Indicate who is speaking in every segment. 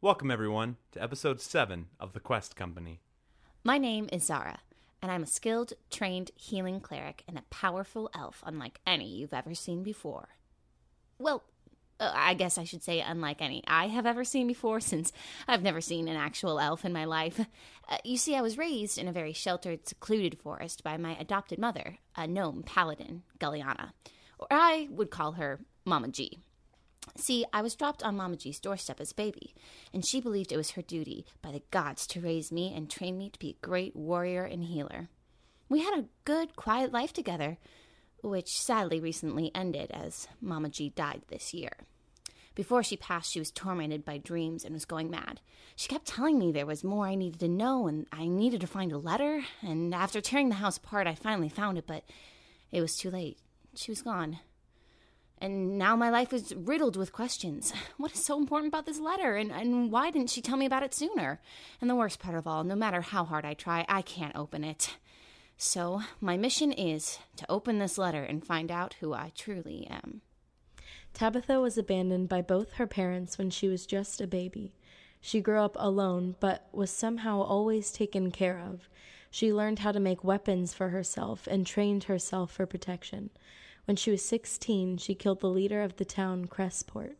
Speaker 1: Welcome, everyone, to episode 7 of The Quest Company.
Speaker 2: My name is Zara, and I'm a skilled, trained healing cleric and a powerful elf unlike any you've ever seen before. Well, uh, I guess I should say unlike any I have ever seen before, since I've never seen an actual elf in my life. Uh, you see, I was raised in a very sheltered, secluded forest by my adopted mother, a gnome paladin, Galliana, or I would call her Mama G. See, I was dropped on Mama G's doorstep as a baby, and she believed it was her duty by the gods to raise me and train me to be a great warrior and healer. We had a good, quiet life together, which sadly recently ended as Mama G died this year. Before she passed, she was tormented by dreams and was going mad. She kept telling me there was more I needed to know and I needed to find a letter, and after tearing the house apart, I finally found it, but it was too late. She was gone. And now my life is riddled with questions. What is so important about this letter? And, and why didn't she tell me about it sooner? And the worst part of all, no matter how hard I try, I can't open it. So, my mission is to open this letter and find out who I truly am.
Speaker 3: Tabitha was abandoned by both her parents when she was just a baby. She grew up alone, but was somehow always taken care of. She learned how to make weapons for herself and trained herself for protection. When she was 16, she killed the leader of the town, Cressport,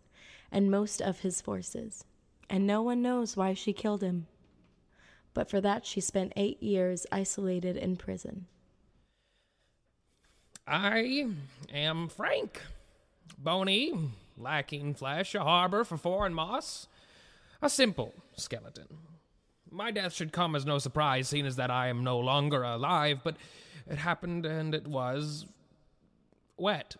Speaker 3: and most of his forces. And no one knows why she killed him. But for that, she spent eight years isolated in prison.
Speaker 4: I am Frank. Bony, lacking flesh, a harbor for foreign moss, a simple skeleton. My death should come as no surprise, seeing as that I am no longer alive, but it happened and it was wet.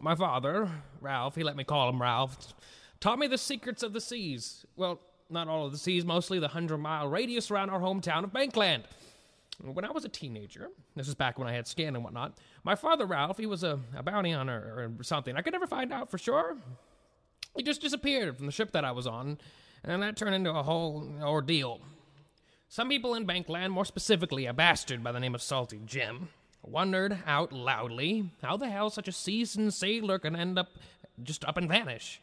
Speaker 4: My father, Ralph, he let me call him Ralph, taught me the secrets of the seas. Well, not all of the seas, mostly the hundred mile radius around our hometown of Bankland. When I was a teenager, this is back when I had skin and whatnot, my father, Ralph, he was a, a bounty hunter or something. I could never find out for sure. He just disappeared from the ship that I was on, and that turned into a whole ordeal. Some people in Bankland, more specifically a bastard by the name of Salty Jim, wondered out loudly how the hell such a seasoned sailor can end up just up and vanish.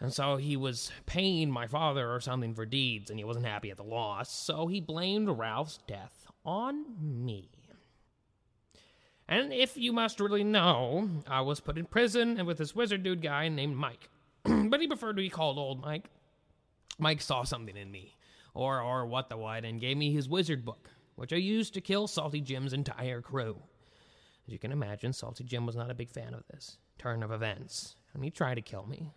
Speaker 4: And so he was paying my father or something for deeds, and he wasn't happy at the loss, so he blamed Ralph's death on me. And if you must really know, I was put in prison and with this wizard dude guy named Mike. but he preferred to be called old Mike. Mike saw something in me, or or what the what, and gave me his wizard book, which I used to kill Salty Jim's entire crew. As you can imagine, Salty Jim was not a big fan of this turn of events, and he tried to kill me.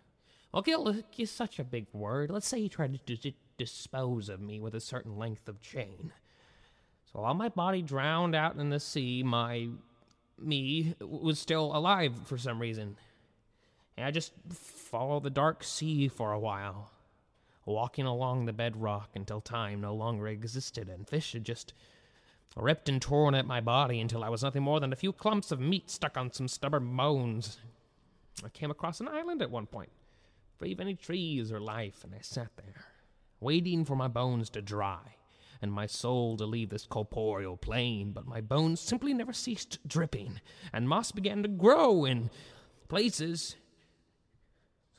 Speaker 4: Well, kill is such a big word. Let's say he tried to dis- dispose of me with a certain length of chain. So while my body drowned out in the sea, my me was still alive for some reason. And I just followed the dark sea for a while, walking along the bedrock until time no longer existed and fish had just ripped and torn at my body until I was nothing more than a few clumps of meat stuck on some stubborn bones. I came across an island at one point, free of any trees or life, and I sat there, waiting for my bones to dry and my soul to leave this corporeal plane, but my bones simply never ceased dripping, and moss began to grow in places.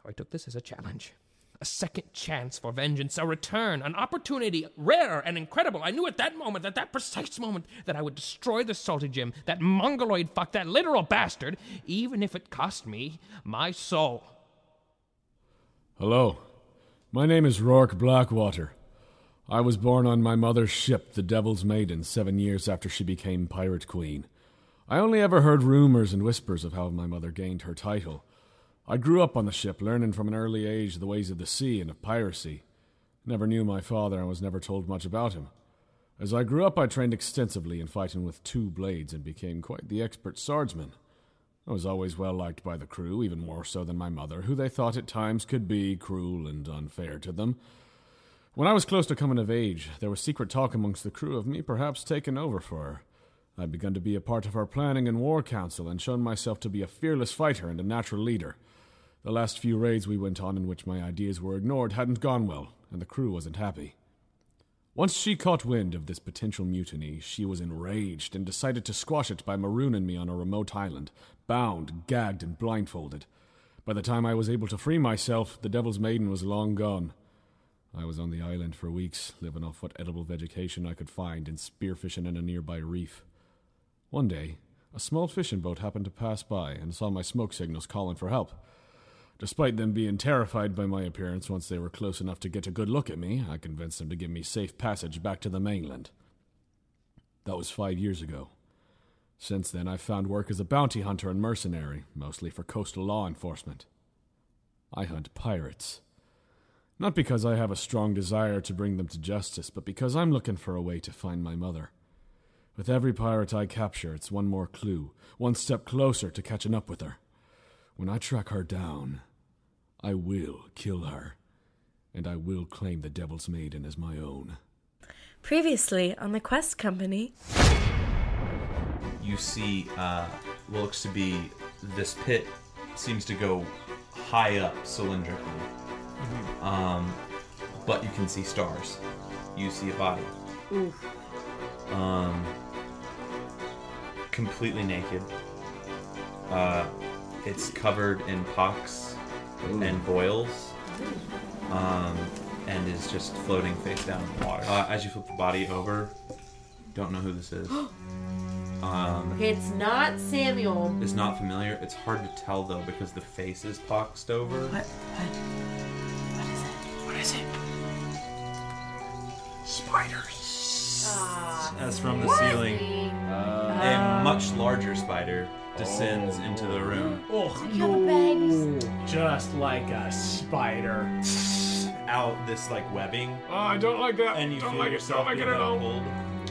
Speaker 4: So I took this as a challenge. A second chance for vengeance, a return, an opportunity rare and incredible. I knew at that moment, at that precise moment, that I would destroy the salty Jim, that mongoloid fuck, that literal bastard, even if it cost me my soul.
Speaker 5: Hello. My name is Rourke Blackwater. I was born on my mother's ship, the Devil's Maiden, seven years after she became Pirate Queen. I only ever heard rumors and whispers of how my mother gained her title. I grew up on the ship, learning from an early age the ways of the sea and of piracy. Never knew my father and was never told much about him. As I grew up, I trained extensively in fighting with two blades and became quite the expert swordsman. I was always well liked by the crew, even more so than my mother, who they thought at times could be cruel and unfair to them. When I was close to coming of age, there was secret talk amongst the crew of me perhaps taking over for her. I'd begun to be a part of her planning and war council and shown myself to be a fearless fighter and a natural leader. The last few raids we went on in which my ideas were ignored hadn't gone well, and the crew wasn't happy. Once she caught wind of this potential mutiny, she was enraged and decided to squash it by marooning me on a remote island, bound, gagged, and blindfolded. By the time I was able to free myself, the Devil's Maiden was long gone. I was on the island for weeks, living off what edible vegetation I could find and spearfishing in a nearby reef. One day, a small fishing boat happened to pass by and saw my smoke signals calling for help. Despite them being terrified by my appearance once they were close enough to get a good look at me, I convinced them to give me safe passage back to the mainland. That was five years ago. Since then, I've found work as a bounty hunter and mercenary, mostly for coastal law enforcement. I hunt pirates. Not because I have a strong desire to bring them to justice, but because I'm looking for a way to find my mother. With every pirate I capture, it's one more clue, one step closer to catching up with her. When I track her down, I will kill her, and I will claim the Devil's Maiden as my own.
Speaker 3: Previously on the Quest Company.
Speaker 6: you see uh, what looks to be this pit seems to go high up cylindrical um, but you can see stars you see a body um, completely naked uh, it's covered in pox and boils um, and is just floating face down in the water uh, as you flip the body over don't know who this is um,
Speaker 7: It's not Samuel.
Speaker 6: is not familiar. It's hard to tell though because the face is poxed over.
Speaker 7: What? What? What is it? What is it? Ah.
Speaker 6: As from the ceiling, Uh, a much larger spider descends into the room.
Speaker 8: Oh,
Speaker 7: You have a bag.
Speaker 8: just like a spider.
Speaker 6: Out this like webbing,
Speaker 5: Oh, I don't like that.
Speaker 6: and you feel yourself get a hold.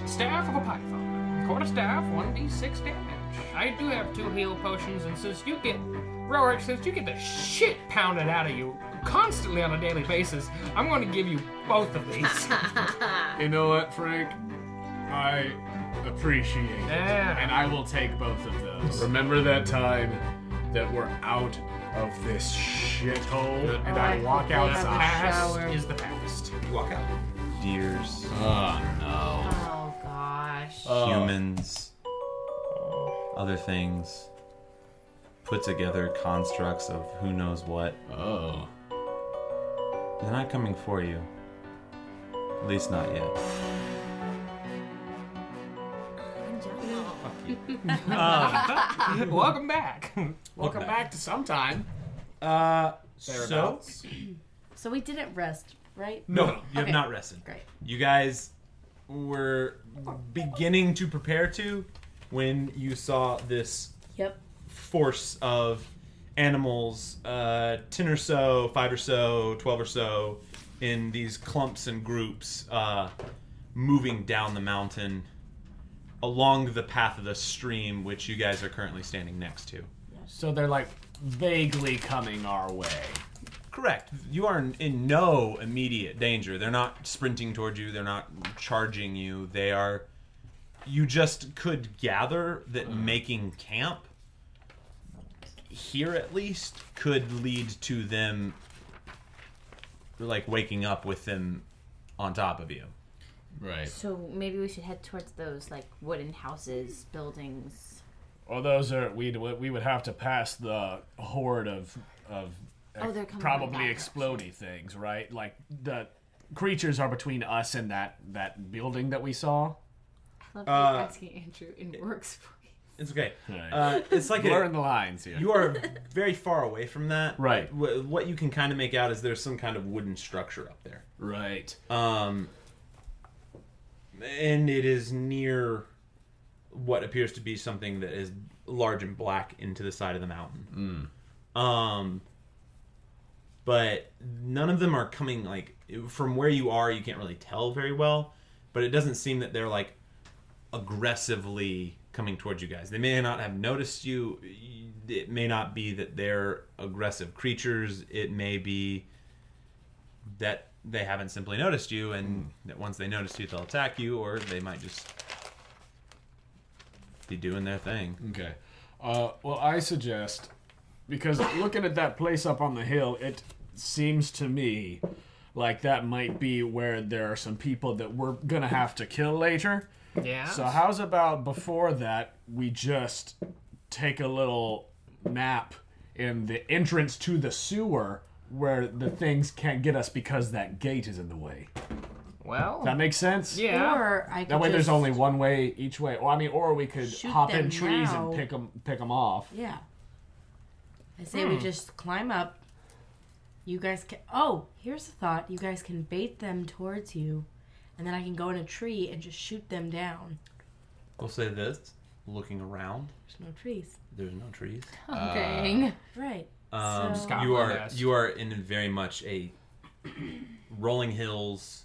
Speaker 4: Staff of a python. Quarter staff, 1d6 damage. I do have two heal potions, and since you get. Rorik, since you get the shit pounded out of you constantly on a daily basis, I'm going to give you both of these.
Speaker 8: You know what, Frank? I appreciate it.
Speaker 4: Yeah.
Speaker 8: And I will take both of those. Remember that time that we're out of this shithole and
Speaker 7: Oh,
Speaker 8: I
Speaker 7: I hope
Speaker 8: walk
Speaker 7: we have
Speaker 8: outside.
Speaker 7: a
Speaker 4: past
Speaker 7: Shower.
Speaker 4: is the past.
Speaker 6: You walk out. Deers,
Speaker 8: Oh
Speaker 7: Oh gosh.
Speaker 8: Uh,
Speaker 6: humans, other things. Put together constructs of who knows what.
Speaker 8: no. Oh.
Speaker 6: They're not coming for you. At least not yet.
Speaker 4: Welcome back.
Speaker 8: Welcome back to sometime.
Speaker 6: Uh, so
Speaker 8: Thereabouts.
Speaker 7: So we didn't rest, right?
Speaker 6: no, you have
Speaker 7: Okay.
Speaker 6: not rested.
Speaker 7: Great.
Speaker 6: You guys were beginning to prepare to when you saw this
Speaker 7: Yep.
Speaker 6: force of animals, uh, 10 or so, 5 or so, 12 or so, in these clumps and groups uh, moving down the mountain along the path of the stream which you guys are currently standing next to.
Speaker 8: So they're like vaguely coming our way.
Speaker 6: Correct. You are in- in no immediate danger. They're not sprinting toward you. They're not charging you. They are. You just could gather that making camp here at least could lead to them like waking up with them on top of you.
Speaker 8: Right.
Speaker 7: So maybe we should head towards those like wooden houses, buildings.
Speaker 8: Well, those are we we would have to pass the horde of of
Speaker 7: Oh, they're coming
Speaker 8: probably
Speaker 7: back.
Speaker 8: explodey things, right? Like the creatures are between us and that that building that we saw.
Speaker 7: I love that you're asking Andrew in works voice.
Speaker 6: It's okay.
Speaker 8: Right.
Speaker 6: Uh, it's like a-
Speaker 8: Blurring the lines here.
Speaker 6: you are very far away from that.
Speaker 8: Right.
Speaker 6: Wh- What you can kind of make out is there's some kind of wooden structure up there.
Speaker 8: right.
Speaker 6: Um, and it is near what appears to be something that is large and black into the side of the mountain. Um, but none of them are coming like from where you are. You can't really tell very well, but it doesn't seem that they're like aggressively coming towards you guys. They may not have noticed you. It may not be that they're aggressive creatures. It may be that they haven't simply noticed you, and that once they notice you, they'll attack you, or they might just be doing their thing.
Speaker 8: Okay. Uh, well, I suggest because looking at that place up on the hill, it seems to me like that might be where there are some people that we're gonna have to kill later.
Speaker 4: Yeah.
Speaker 8: So how's about before that we just take a little nap in the entrance to the sewer where the things can't get us because that gate is in the way.
Speaker 4: Well,
Speaker 8: That makes sense.
Speaker 4: yeah.
Speaker 7: Or I could
Speaker 8: That way, there's
Speaker 7: just-
Speaker 8: only one way each way. Or I mean, or we could
Speaker 9: Shoot
Speaker 8: hop in
Speaker 9: them
Speaker 8: trees
Speaker 9: now.
Speaker 8: and pick them, pick them off.
Speaker 9: Yeah. I say
Speaker 6: Hmm.
Speaker 9: we just climb up. You guys can. Oh, here's a thought. You guys can bait them towards you, and then I can go in a tree and just shoot them down.
Speaker 6: We'll say this: looking around,
Speaker 9: There's no trees.
Speaker 6: there's no trees.
Speaker 7: Dang.
Speaker 9: Right.
Speaker 6: Um,
Speaker 9: So-
Speaker 6: you
Speaker 4: Scotland
Speaker 6: are
Speaker 4: esque.
Speaker 6: you are in very much a rolling hills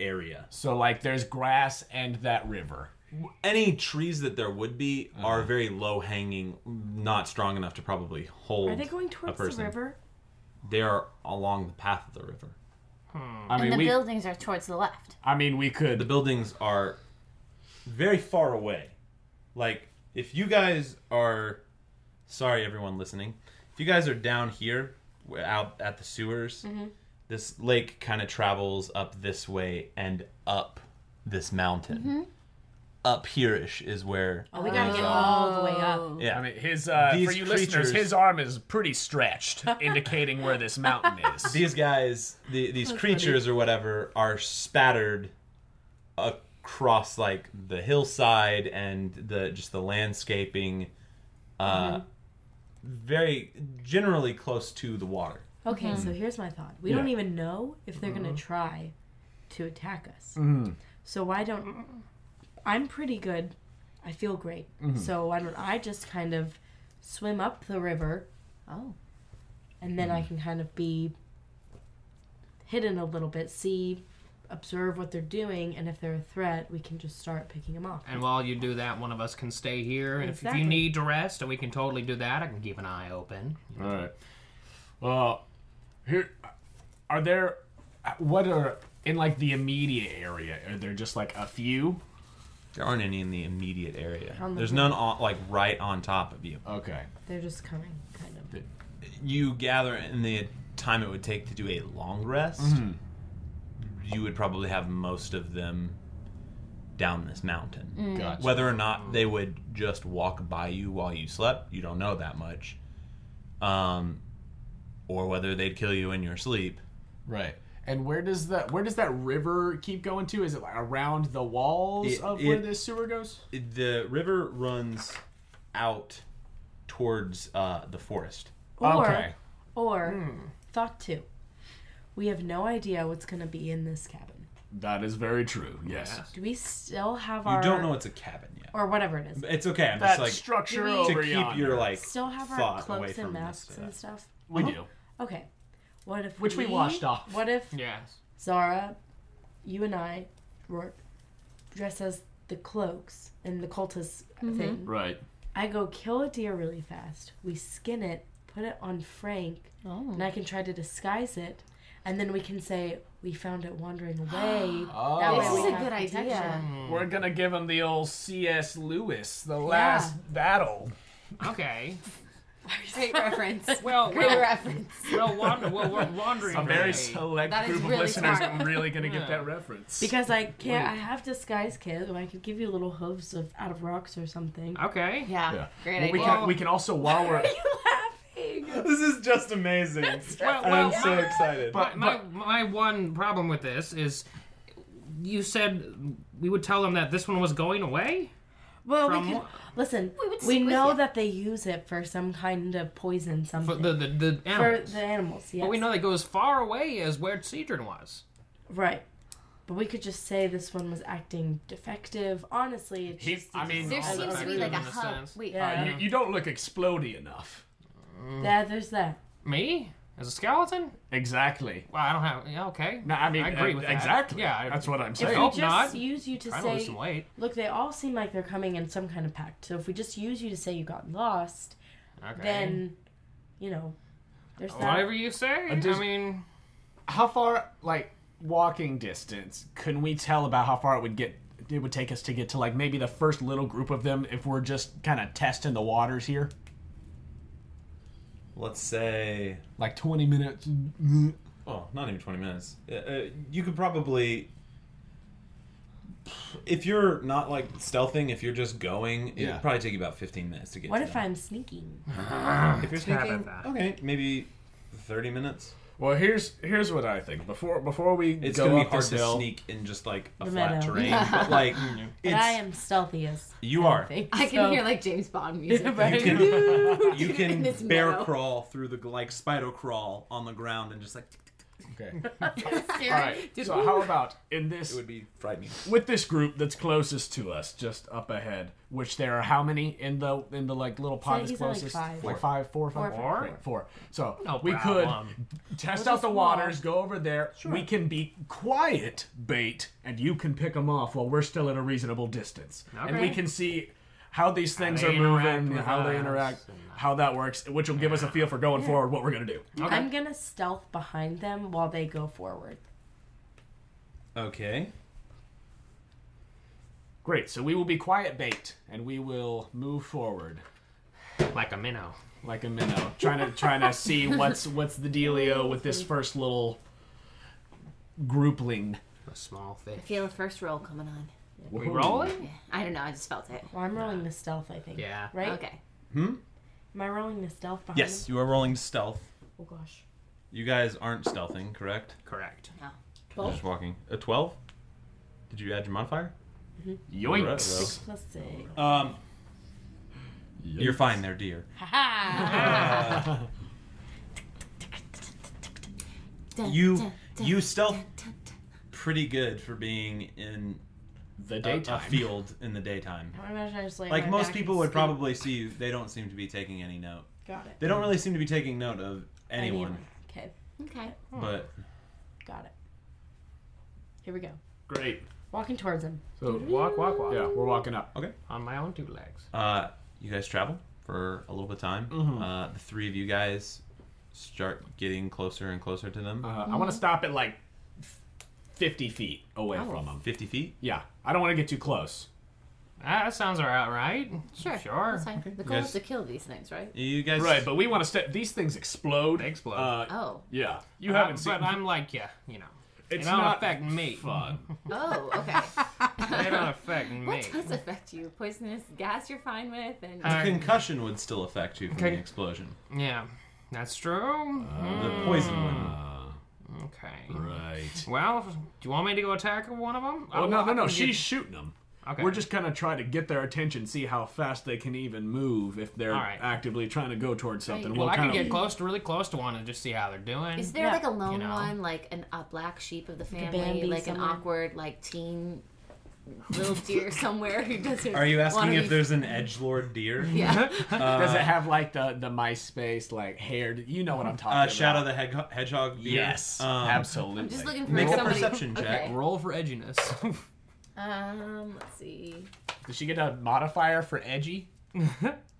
Speaker 6: area.
Speaker 8: So like, there's grass and that river.
Speaker 6: Any trees that there would be are very low hanging, not strong enough to probably hold.
Speaker 9: Are they going
Speaker 6: a
Speaker 9: towards the
Speaker 6: person.
Speaker 9: river?
Speaker 6: They are along the path of the river.
Speaker 8: I mean,
Speaker 7: Oh. and the
Speaker 8: we.
Speaker 7: buildings are towards the left.
Speaker 8: I mean, we
Speaker 6: The
Speaker 8: could.
Speaker 6: buildings are very far away. Like, if you guys are. Sorry, everyone listening. If you guys are down here, w- out at the sewers,
Speaker 9: Mm-hmm.
Speaker 6: this lake kind of travels up this way and up this mountain. Up here ish is where.
Speaker 9: Mm-hmm. Oh, we gotta get all the way up.
Speaker 6: Yeah.
Speaker 8: I mean, his uh,
Speaker 6: These
Speaker 8: for you
Speaker 6: creatures-
Speaker 8: listeners, his arm is pretty stretched, indicating where this mountain is.
Speaker 6: these guys, the, these creatures or whatever, are spattered across like the hillside and the just the landscaping, uh,
Speaker 9: Mm-hmm.
Speaker 6: very generally close to the water.
Speaker 9: Okay, so here's my thought. We don't even know if they're gonna try to attack us. So why don't I'm pretty good. I feel great. So why don't I just kind of swim up the river
Speaker 7: Oh.
Speaker 9: and then I can kind of be hidden a little bit, see, observe what they're doing, and if they're a threat, we can just start picking them off.
Speaker 4: And while you do that, one of us can stay here. And if
Speaker 9: Exactly.
Speaker 4: you need to rest, and we can totally do that, I can keep an eye open.
Speaker 8: All right. Well, here are there. What are in like the immediate area? Are there just like a few?
Speaker 6: There aren't any in the immediate area.
Speaker 9: On the
Speaker 6: There's none on, like right on top of you.
Speaker 8: Okay.
Speaker 9: They're just coming, kind of.
Speaker 6: You gather in the time it would take to do a long rest. You would probably have most of them down this mountain.
Speaker 8: Gotcha.
Speaker 6: Whether or not they would just walk by you while you slept, you don't know that much. Um, or whether they'd kill you in your sleep.
Speaker 8: Right. And where does that where does that river keep going to? Is it like around the walls
Speaker 6: It-
Speaker 8: of where
Speaker 6: it-
Speaker 8: this sewer goes?
Speaker 6: The river runs out towards uh, the forest.
Speaker 9: Or,
Speaker 8: Okay.
Speaker 9: or thought two, we have no idea what's gonna be in this cabin.
Speaker 8: That is very true. Yes.
Speaker 9: Do we still have
Speaker 6: You
Speaker 9: our
Speaker 6: don't know it's a cabin yet.
Speaker 9: or whatever it is?
Speaker 6: It's okay. I'm
Speaker 8: That
Speaker 6: just like
Speaker 8: structure
Speaker 9: Do we-
Speaker 8: over
Speaker 6: to keep
Speaker 8: yonder.
Speaker 6: your like
Speaker 9: Still have our
Speaker 6: thought away
Speaker 9: cloaks and
Speaker 6: from this
Speaker 9: masks
Speaker 6: stuff.
Speaker 9: and stuff. Oh,
Speaker 8: we do.
Speaker 9: Okay, what if
Speaker 8: Which we washed off.
Speaker 9: What if
Speaker 4: Yes.
Speaker 9: Zara, you and I, Rourke, dress as the cloaks and the cultist thing?
Speaker 8: Right.
Speaker 9: I go kill a deer really fast. We skin it, put it on Frank, and I can try to disguise it, and then we can say we found it wandering away. that
Speaker 8: This is
Speaker 9: we
Speaker 7: a
Speaker 9: have
Speaker 7: good idea.
Speaker 9: protection.
Speaker 8: We're gonna give him the old C.S. Lewis, the last battle.
Speaker 4: Okay.
Speaker 8: Mm.
Speaker 7: Great reference.
Speaker 4: Well,
Speaker 7: Great
Speaker 4: well,
Speaker 7: reference.
Speaker 4: well, wander, well, we're wandering.
Speaker 8: A very
Speaker 4: away.
Speaker 8: select
Speaker 7: That is
Speaker 8: group of
Speaker 7: really
Speaker 8: listeners
Speaker 7: smart.
Speaker 8: are really gonna get
Speaker 4: Yeah.
Speaker 8: that reference.
Speaker 9: Because I can't, I have disguise kit, and I could give you little hooves of out of rocks or something.
Speaker 4: Okay.
Speaker 7: Yeah.
Speaker 8: Yeah.
Speaker 7: Great
Speaker 8: Well, we
Speaker 7: idea.
Speaker 8: can we can also while we're
Speaker 9: you laughing?
Speaker 6: This is just amazing.
Speaker 4: Well,
Speaker 6: I'm
Speaker 4: well,
Speaker 6: so
Speaker 4: my-
Speaker 6: excited.
Speaker 4: My, my, my one problem with this is you said we would tell them that this one was going away?
Speaker 9: Well,
Speaker 4: From
Speaker 9: we could,
Speaker 4: what?
Speaker 9: listen.
Speaker 7: We would
Speaker 9: We
Speaker 7: stick with
Speaker 9: know
Speaker 7: it.
Speaker 9: that they use it for some kind of poison,
Speaker 4: For
Speaker 9: something
Speaker 4: the, the, the
Speaker 9: for
Speaker 4: animals.
Speaker 9: the animals. Yes,
Speaker 4: But we know they go as far away as where Cedron was.
Speaker 9: right. But we could just say this one was acting defective. Honestly, it's
Speaker 8: He,
Speaker 9: just,
Speaker 8: I mean,
Speaker 7: there
Speaker 4: all the
Speaker 7: seems to be
Speaker 4: bacteria
Speaker 7: like a
Speaker 4: in the
Speaker 7: hub.
Speaker 4: stands.
Speaker 7: Wait, uh,
Speaker 9: Yeah.
Speaker 8: Uh, you, you don't look explodey enough.
Speaker 9: yeah, there's that.
Speaker 4: Me? As a skeleton?
Speaker 8: Exactly.
Speaker 4: Well, I don't have. Yeah, okay.
Speaker 8: No, I mean,
Speaker 4: I agree
Speaker 8: uh,
Speaker 4: with that.
Speaker 8: exactly.
Speaker 4: Yeah, I-
Speaker 8: that's what I'm
Speaker 9: If
Speaker 8: saying.
Speaker 9: we
Speaker 4: hope
Speaker 9: just
Speaker 4: not.
Speaker 9: use you to
Speaker 4: Trying to lose
Speaker 9: say,
Speaker 4: some weight.
Speaker 9: look, they all seem like they're coming in some kind of pact. So if we just use you to say you got lost,
Speaker 4: Okay.
Speaker 9: then, you know, there's that.
Speaker 4: Whatever you say. I,
Speaker 8: just-
Speaker 4: mean,
Speaker 8: how far, like walking distance, can we tell about how far it would get? It would take us to get to like maybe the first little group of them if we're just kind of testing the waters here.
Speaker 6: Let's say
Speaker 8: Like twenty minutes.
Speaker 6: Well, Oh, not even 20 minutes. Uh, Uh, you could probably. If you're not like stealthing, if you're just going, it
Speaker 8: Yeah.
Speaker 6: would probably take you about 15 minutes to get
Speaker 9: What
Speaker 6: to
Speaker 9: if
Speaker 6: them.
Speaker 9: I'm sneaking?
Speaker 6: If you're
Speaker 4: How about
Speaker 6: sneaking,
Speaker 4: that?
Speaker 6: okay, maybe thirty minutes.
Speaker 8: Well, here's here's what I think. Before before we
Speaker 6: It's
Speaker 8: go
Speaker 6: gonna be
Speaker 8: up
Speaker 6: hard
Speaker 8: this
Speaker 6: to
Speaker 8: hill,
Speaker 6: sneak in just like a
Speaker 9: The
Speaker 6: flat
Speaker 9: meadow.
Speaker 6: terrain, but like
Speaker 9: But
Speaker 6: it's,
Speaker 9: I am stealthy as
Speaker 6: you are.
Speaker 9: anything,
Speaker 7: I can
Speaker 9: so-
Speaker 7: hear like James Bond music.
Speaker 6: You
Speaker 9: Right.
Speaker 6: can, you
Speaker 7: In
Speaker 6: can
Speaker 7: this
Speaker 6: bear
Speaker 7: meadow.
Speaker 6: crawl through the like spider crawl on the ground and just like
Speaker 8: Okay. All right. So how about in
Speaker 6: it
Speaker 8: this
Speaker 6: would be frightening.
Speaker 8: with this group that's closest to us, just up ahead, which there are how many in the in the like little pod that's
Speaker 9: he's like
Speaker 8: closest?
Speaker 9: five.
Speaker 8: Like five, four,
Speaker 9: Four,
Speaker 8: five,
Speaker 9: four,
Speaker 8: Great, four. So
Speaker 4: No
Speaker 8: we
Speaker 4: problem.
Speaker 8: could test
Speaker 9: We'll
Speaker 8: out the
Speaker 9: just
Speaker 8: waters, go over there. We can be quiet bait, and you can pick them off while we're still at a reasonable distance, and we
Speaker 4: Okay.
Speaker 8: can see how these things
Speaker 4: they
Speaker 8: are
Speaker 4: interact
Speaker 8: moving,
Speaker 4: with
Speaker 8: how they
Speaker 4: us
Speaker 8: interact,
Speaker 4: and-
Speaker 8: how that works, which will give us a feel for going forward what we're gonna do.
Speaker 9: I'm gonna stealth behind them while they go forward.
Speaker 6: Okay.
Speaker 8: Great. So we will be quiet bait, and we will move forward.
Speaker 4: Like a minnow.
Speaker 8: like a minnow, trying to trying to see what's what's the dealio with this first little groupling.
Speaker 4: A small
Speaker 7: I
Speaker 4: fish.
Speaker 7: feel the first roll coming on.
Speaker 4: We rolling?
Speaker 7: Yeah, I don't know. I just felt it.
Speaker 9: Well, I'm rolling the stealth, I think.
Speaker 4: Yeah.
Speaker 9: Right?
Speaker 7: Okay.
Speaker 9: Am I rolling the stealth behind
Speaker 6: Yes,
Speaker 9: them?
Speaker 6: you are rolling stealth.
Speaker 9: Oh gosh.
Speaker 6: You guys aren't stealthing, correct?
Speaker 4: Correct.
Speaker 6: You're Just walking. A twelve? Did you add your modifier?
Speaker 8: Yoinks!
Speaker 9: Plus six.
Speaker 6: Um, you're fine there, dear.
Speaker 7: Dun,
Speaker 6: You
Speaker 7: dun, dun,
Speaker 6: you stealth
Speaker 7: dun, dun.
Speaker 6: pretty good for being in
Speaker 8: The
Speaker 6: a, a
Speaker 8: daytime.
Speaker 6: field in the daytime.
Speaker 9: I imagine I just lay
Speaker 6: Like
Speaker 9: my
Speaker 6: most
Speaker 9: back
Speaker 6: people
Speaker 9: and
Speaker 6: would
Speaker 9: sleep.
Speaker 6: probably see you, they don't seem to be taking any note.
Speaker 9: Got it.
Speaker 6: They don't really seem to be taking note of anyone,
Speaker 9: Okay.
Speaker 7: Okay.
Speaker 6: but
Speaker 9: Got it. Here we go.
Speaker 8: Great.
Speaker 9: Walking towards him.
Speaker 8: So walk, walk, walk. Yeah, we're walking up.
Speaker 4: On my own two legs.
Speaker 6: uh, you guys travel for a little bit of time. Uh, the three of you guys start getting closer and closer to them.
Speaker 8: Uh, I want to stop at like fifty feet away from them.
Speaker 6: 50 feet?
Speaker 8: Yeah, I don't want to get too close.
Speaker 4: Ah, that sounds alright, right?
Speaker 7: Sure.
Speaker 4: Sure.
Speaker 7: That's fine. The goal is to kill these things, right?
Speaker 6: You guys
Speaker 8: Right, but we want to step. These things explode.
Speaker 4: They explode.
Speaker 8: Uh,
Speaker 7: Oh.
Speaker 8: yeah, you
Speaker 4: Uh,
Speaker 8: haven't seen.
Speaker 4: But I'm like yeah, you know.
Speaker 8: it's
Speaker 4: it don't
Speaker 8: not
Speaker 4: affect me.
Speaker 8: fun.
Speaker 7: Oh. Okay.
Speaker 4: They don't affect me.
Speaker 7: What does affect you? Poisonous gas you're fine with, and
Speaker 4: Uh,
Speaker 6: concussion would still affect you from
Speaker 4: Okay.
Speaker 6: the explosion.
Speaker 4: Yeah, that's true.
Speaker 6: The poison wouldn't.
Speaker 8: Uh,
Speaker 4: okay.
Speaker 8: right.
Speaker 4: Well, do you want me to go attack one of them?
Speaker 8: Oh no, no, no! She's shooting them.
Speaker 4: Okay.
Speaker 8: We're just kind of trying to get their attention, see how fast they can even move if they're
Speaker 4: All right.
Speaker 8: actively trying to go towards something.
Speaker 4: Well, I can
Speaker 8: kind
Speaker 4: get
Speaker 8: of,
Speaker 4: close to really close to one and just see how they're doing.
Speaker 7: is there
Speaker 9: Yeah.
Speaker 7: like a lone
Speaker 4: You know.
Speaker 7: one, like an, a black sheep of the
Speaker 9: a
Speaker 7: family,
Speaker 9: Bambi
Speaker 7: like
Speaker 9: somewhere.
Speaker 7: an awkward, like teen little deer somewhere who doesn't?
Speaker 6: Are you asking
Speaker 7: wanna
Speaker 6: if
Speaker 7: be-
Speaker 6: there's an edge lord deer? Uh,
Speaker 7: Yeah.
Speaker 8: Does
Speaker 4: Uh,
Speaker 8: it have like the the MySpace like hair? You know what I'm talking
Speaker 6: Uh,
Speaker 8: about?
Speaker 6: Shadow the Hedgehog. Hedgehog deer?
Speaker 8: Yes,
Speaker 6: Um,
Speaker 8: absolutely.
Speaker 7: I'm just looking for
Speaker 6: make a
Speaker 7: somebody.
Speaker 6: perception check.
Speaker 7: Okay.
Speaker 4: Roll for edginess.
Speaker 7: Um. Let's see.
Speaker 8: Does she get a modifier for edgy?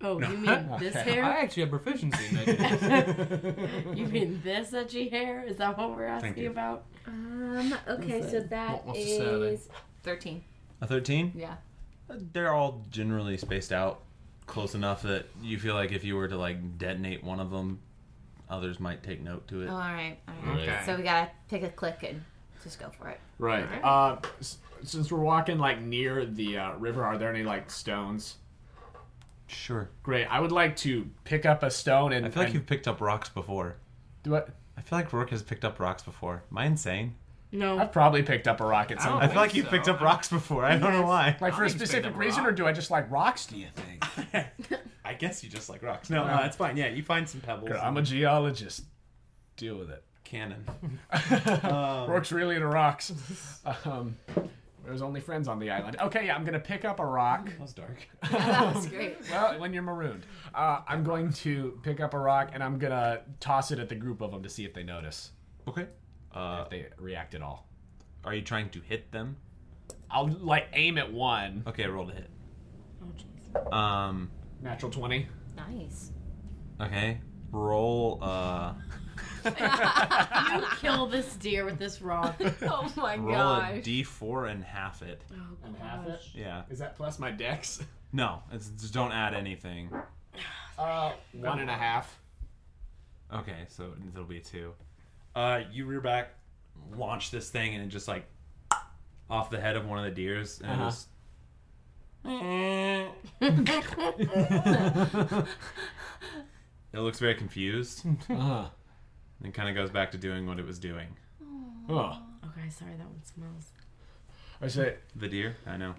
Speaker 9: Oh, you mean this hair?
Speaker 4: actually have proficiency in edginess.
Speaker 9: You mean this edgy hair? Is that what we're asking
Speaker 6: you.
Speaker 9: about?
Speaker 7: Um. Okay. So that
Speaker 4: What- what's the Saturday?
Speaker 7: is thirteen.
Speaker 6: A 13?
Speaker 7: Yeah.
Speaker 6: They're all generally spaced out close enough that you feel like if you were to like detonate one of them, others might take note to it.
Speaker 7: All right. All right.
Speaker 4: Okay.
Speaker 7: So we gotta pick a click and just go for it.
Speaker 8: Right. Uh, s- since we're walking like near the uh, river, are there any like stones?
Speaker 6: Sure.
Speaker 8: Great. I would like to pick up a stone and
Speaker 6: I feel like
Speaker 8: and-
Speaker 6: you've picked up rocks before.
Speaker 8: do I,
Speaker 6: I feel like Rourke has picked up rocks before. Am I insane?
Speaker 9: No.
Speaker 8: I've probably picked up a rock at some
Speaker 4: don't
Speaker 8: point.
Speaker 6: I feel like you've
Speaker 4: so.
Speaker 6: picked up rocks before. I don't know why.
Speaker 8: Like for a
Speaker 4: I've picked
Speaker 8: specific
Speaker 4: up a
Speaker 8: reason,
Speaker 4: rock.
Speaker 8: or do I just like rocks? Do you think?
Speaker 6: I guess you just like rocks. No, no, it's fine. Yeah, you find some pebbles.
Speaker 8: I'm a geologist. Deal with it.
Speaker 6: cannon.
Speaker 8: Rourke's really into rocks. Um, there's only friends on the island. Okay, yeah, I'm gonna pick up a rock.
Speaker 6: That was dark.
Speaker 7: That was great.
Speaker 8: Well, when you're marooned, uh, I'm going to pick up a rock and I'm gonna toss it at the group of them to see if they notice,
Speaker 6: Okay. Uh,
Speaker 8: if they react at all.
Speaker 6: are you trying to hit them?
Speaker 8: I'll like aim at one.
Speaker 6: Okay, roll to hit.
Speaker 9: Oh, jeez.
Speaker 6: Um.
Speaker 8: Natural twenty.
Speaker 7: Nice.
Speaker 6: Okay. Roll. Uh.
Speaker 9: You kill this deer with this rock.
Speaker 7: Oh my
Speaker 6: Roll a
Speaker 7: gosh.
Speaker 6: d4 and half it.
Speaker 9: Oh.
Speaker 6: Yeah.
Speaker 8: Is that plus my dex?
Speaker 6: No, it's just don't add anything.
Speaker 8: Uh, one and a half.
Speaker 6: Okay, so it'll be a two. Uh, you rear back, launch this thing, and it just like off the head of one of the deers, and it
Speaker 8: Uh-huh.
Speaker 6: just it looks very confused.
Speaker 8: Uh huh.
Speaker 6: And kind of goes back to doing what it was doing.
Speaker 8: Oh,
Speaker 9: Okay, sorry, that one smells.
Speaker 8: I say,
Speaker 6: The deer? I know.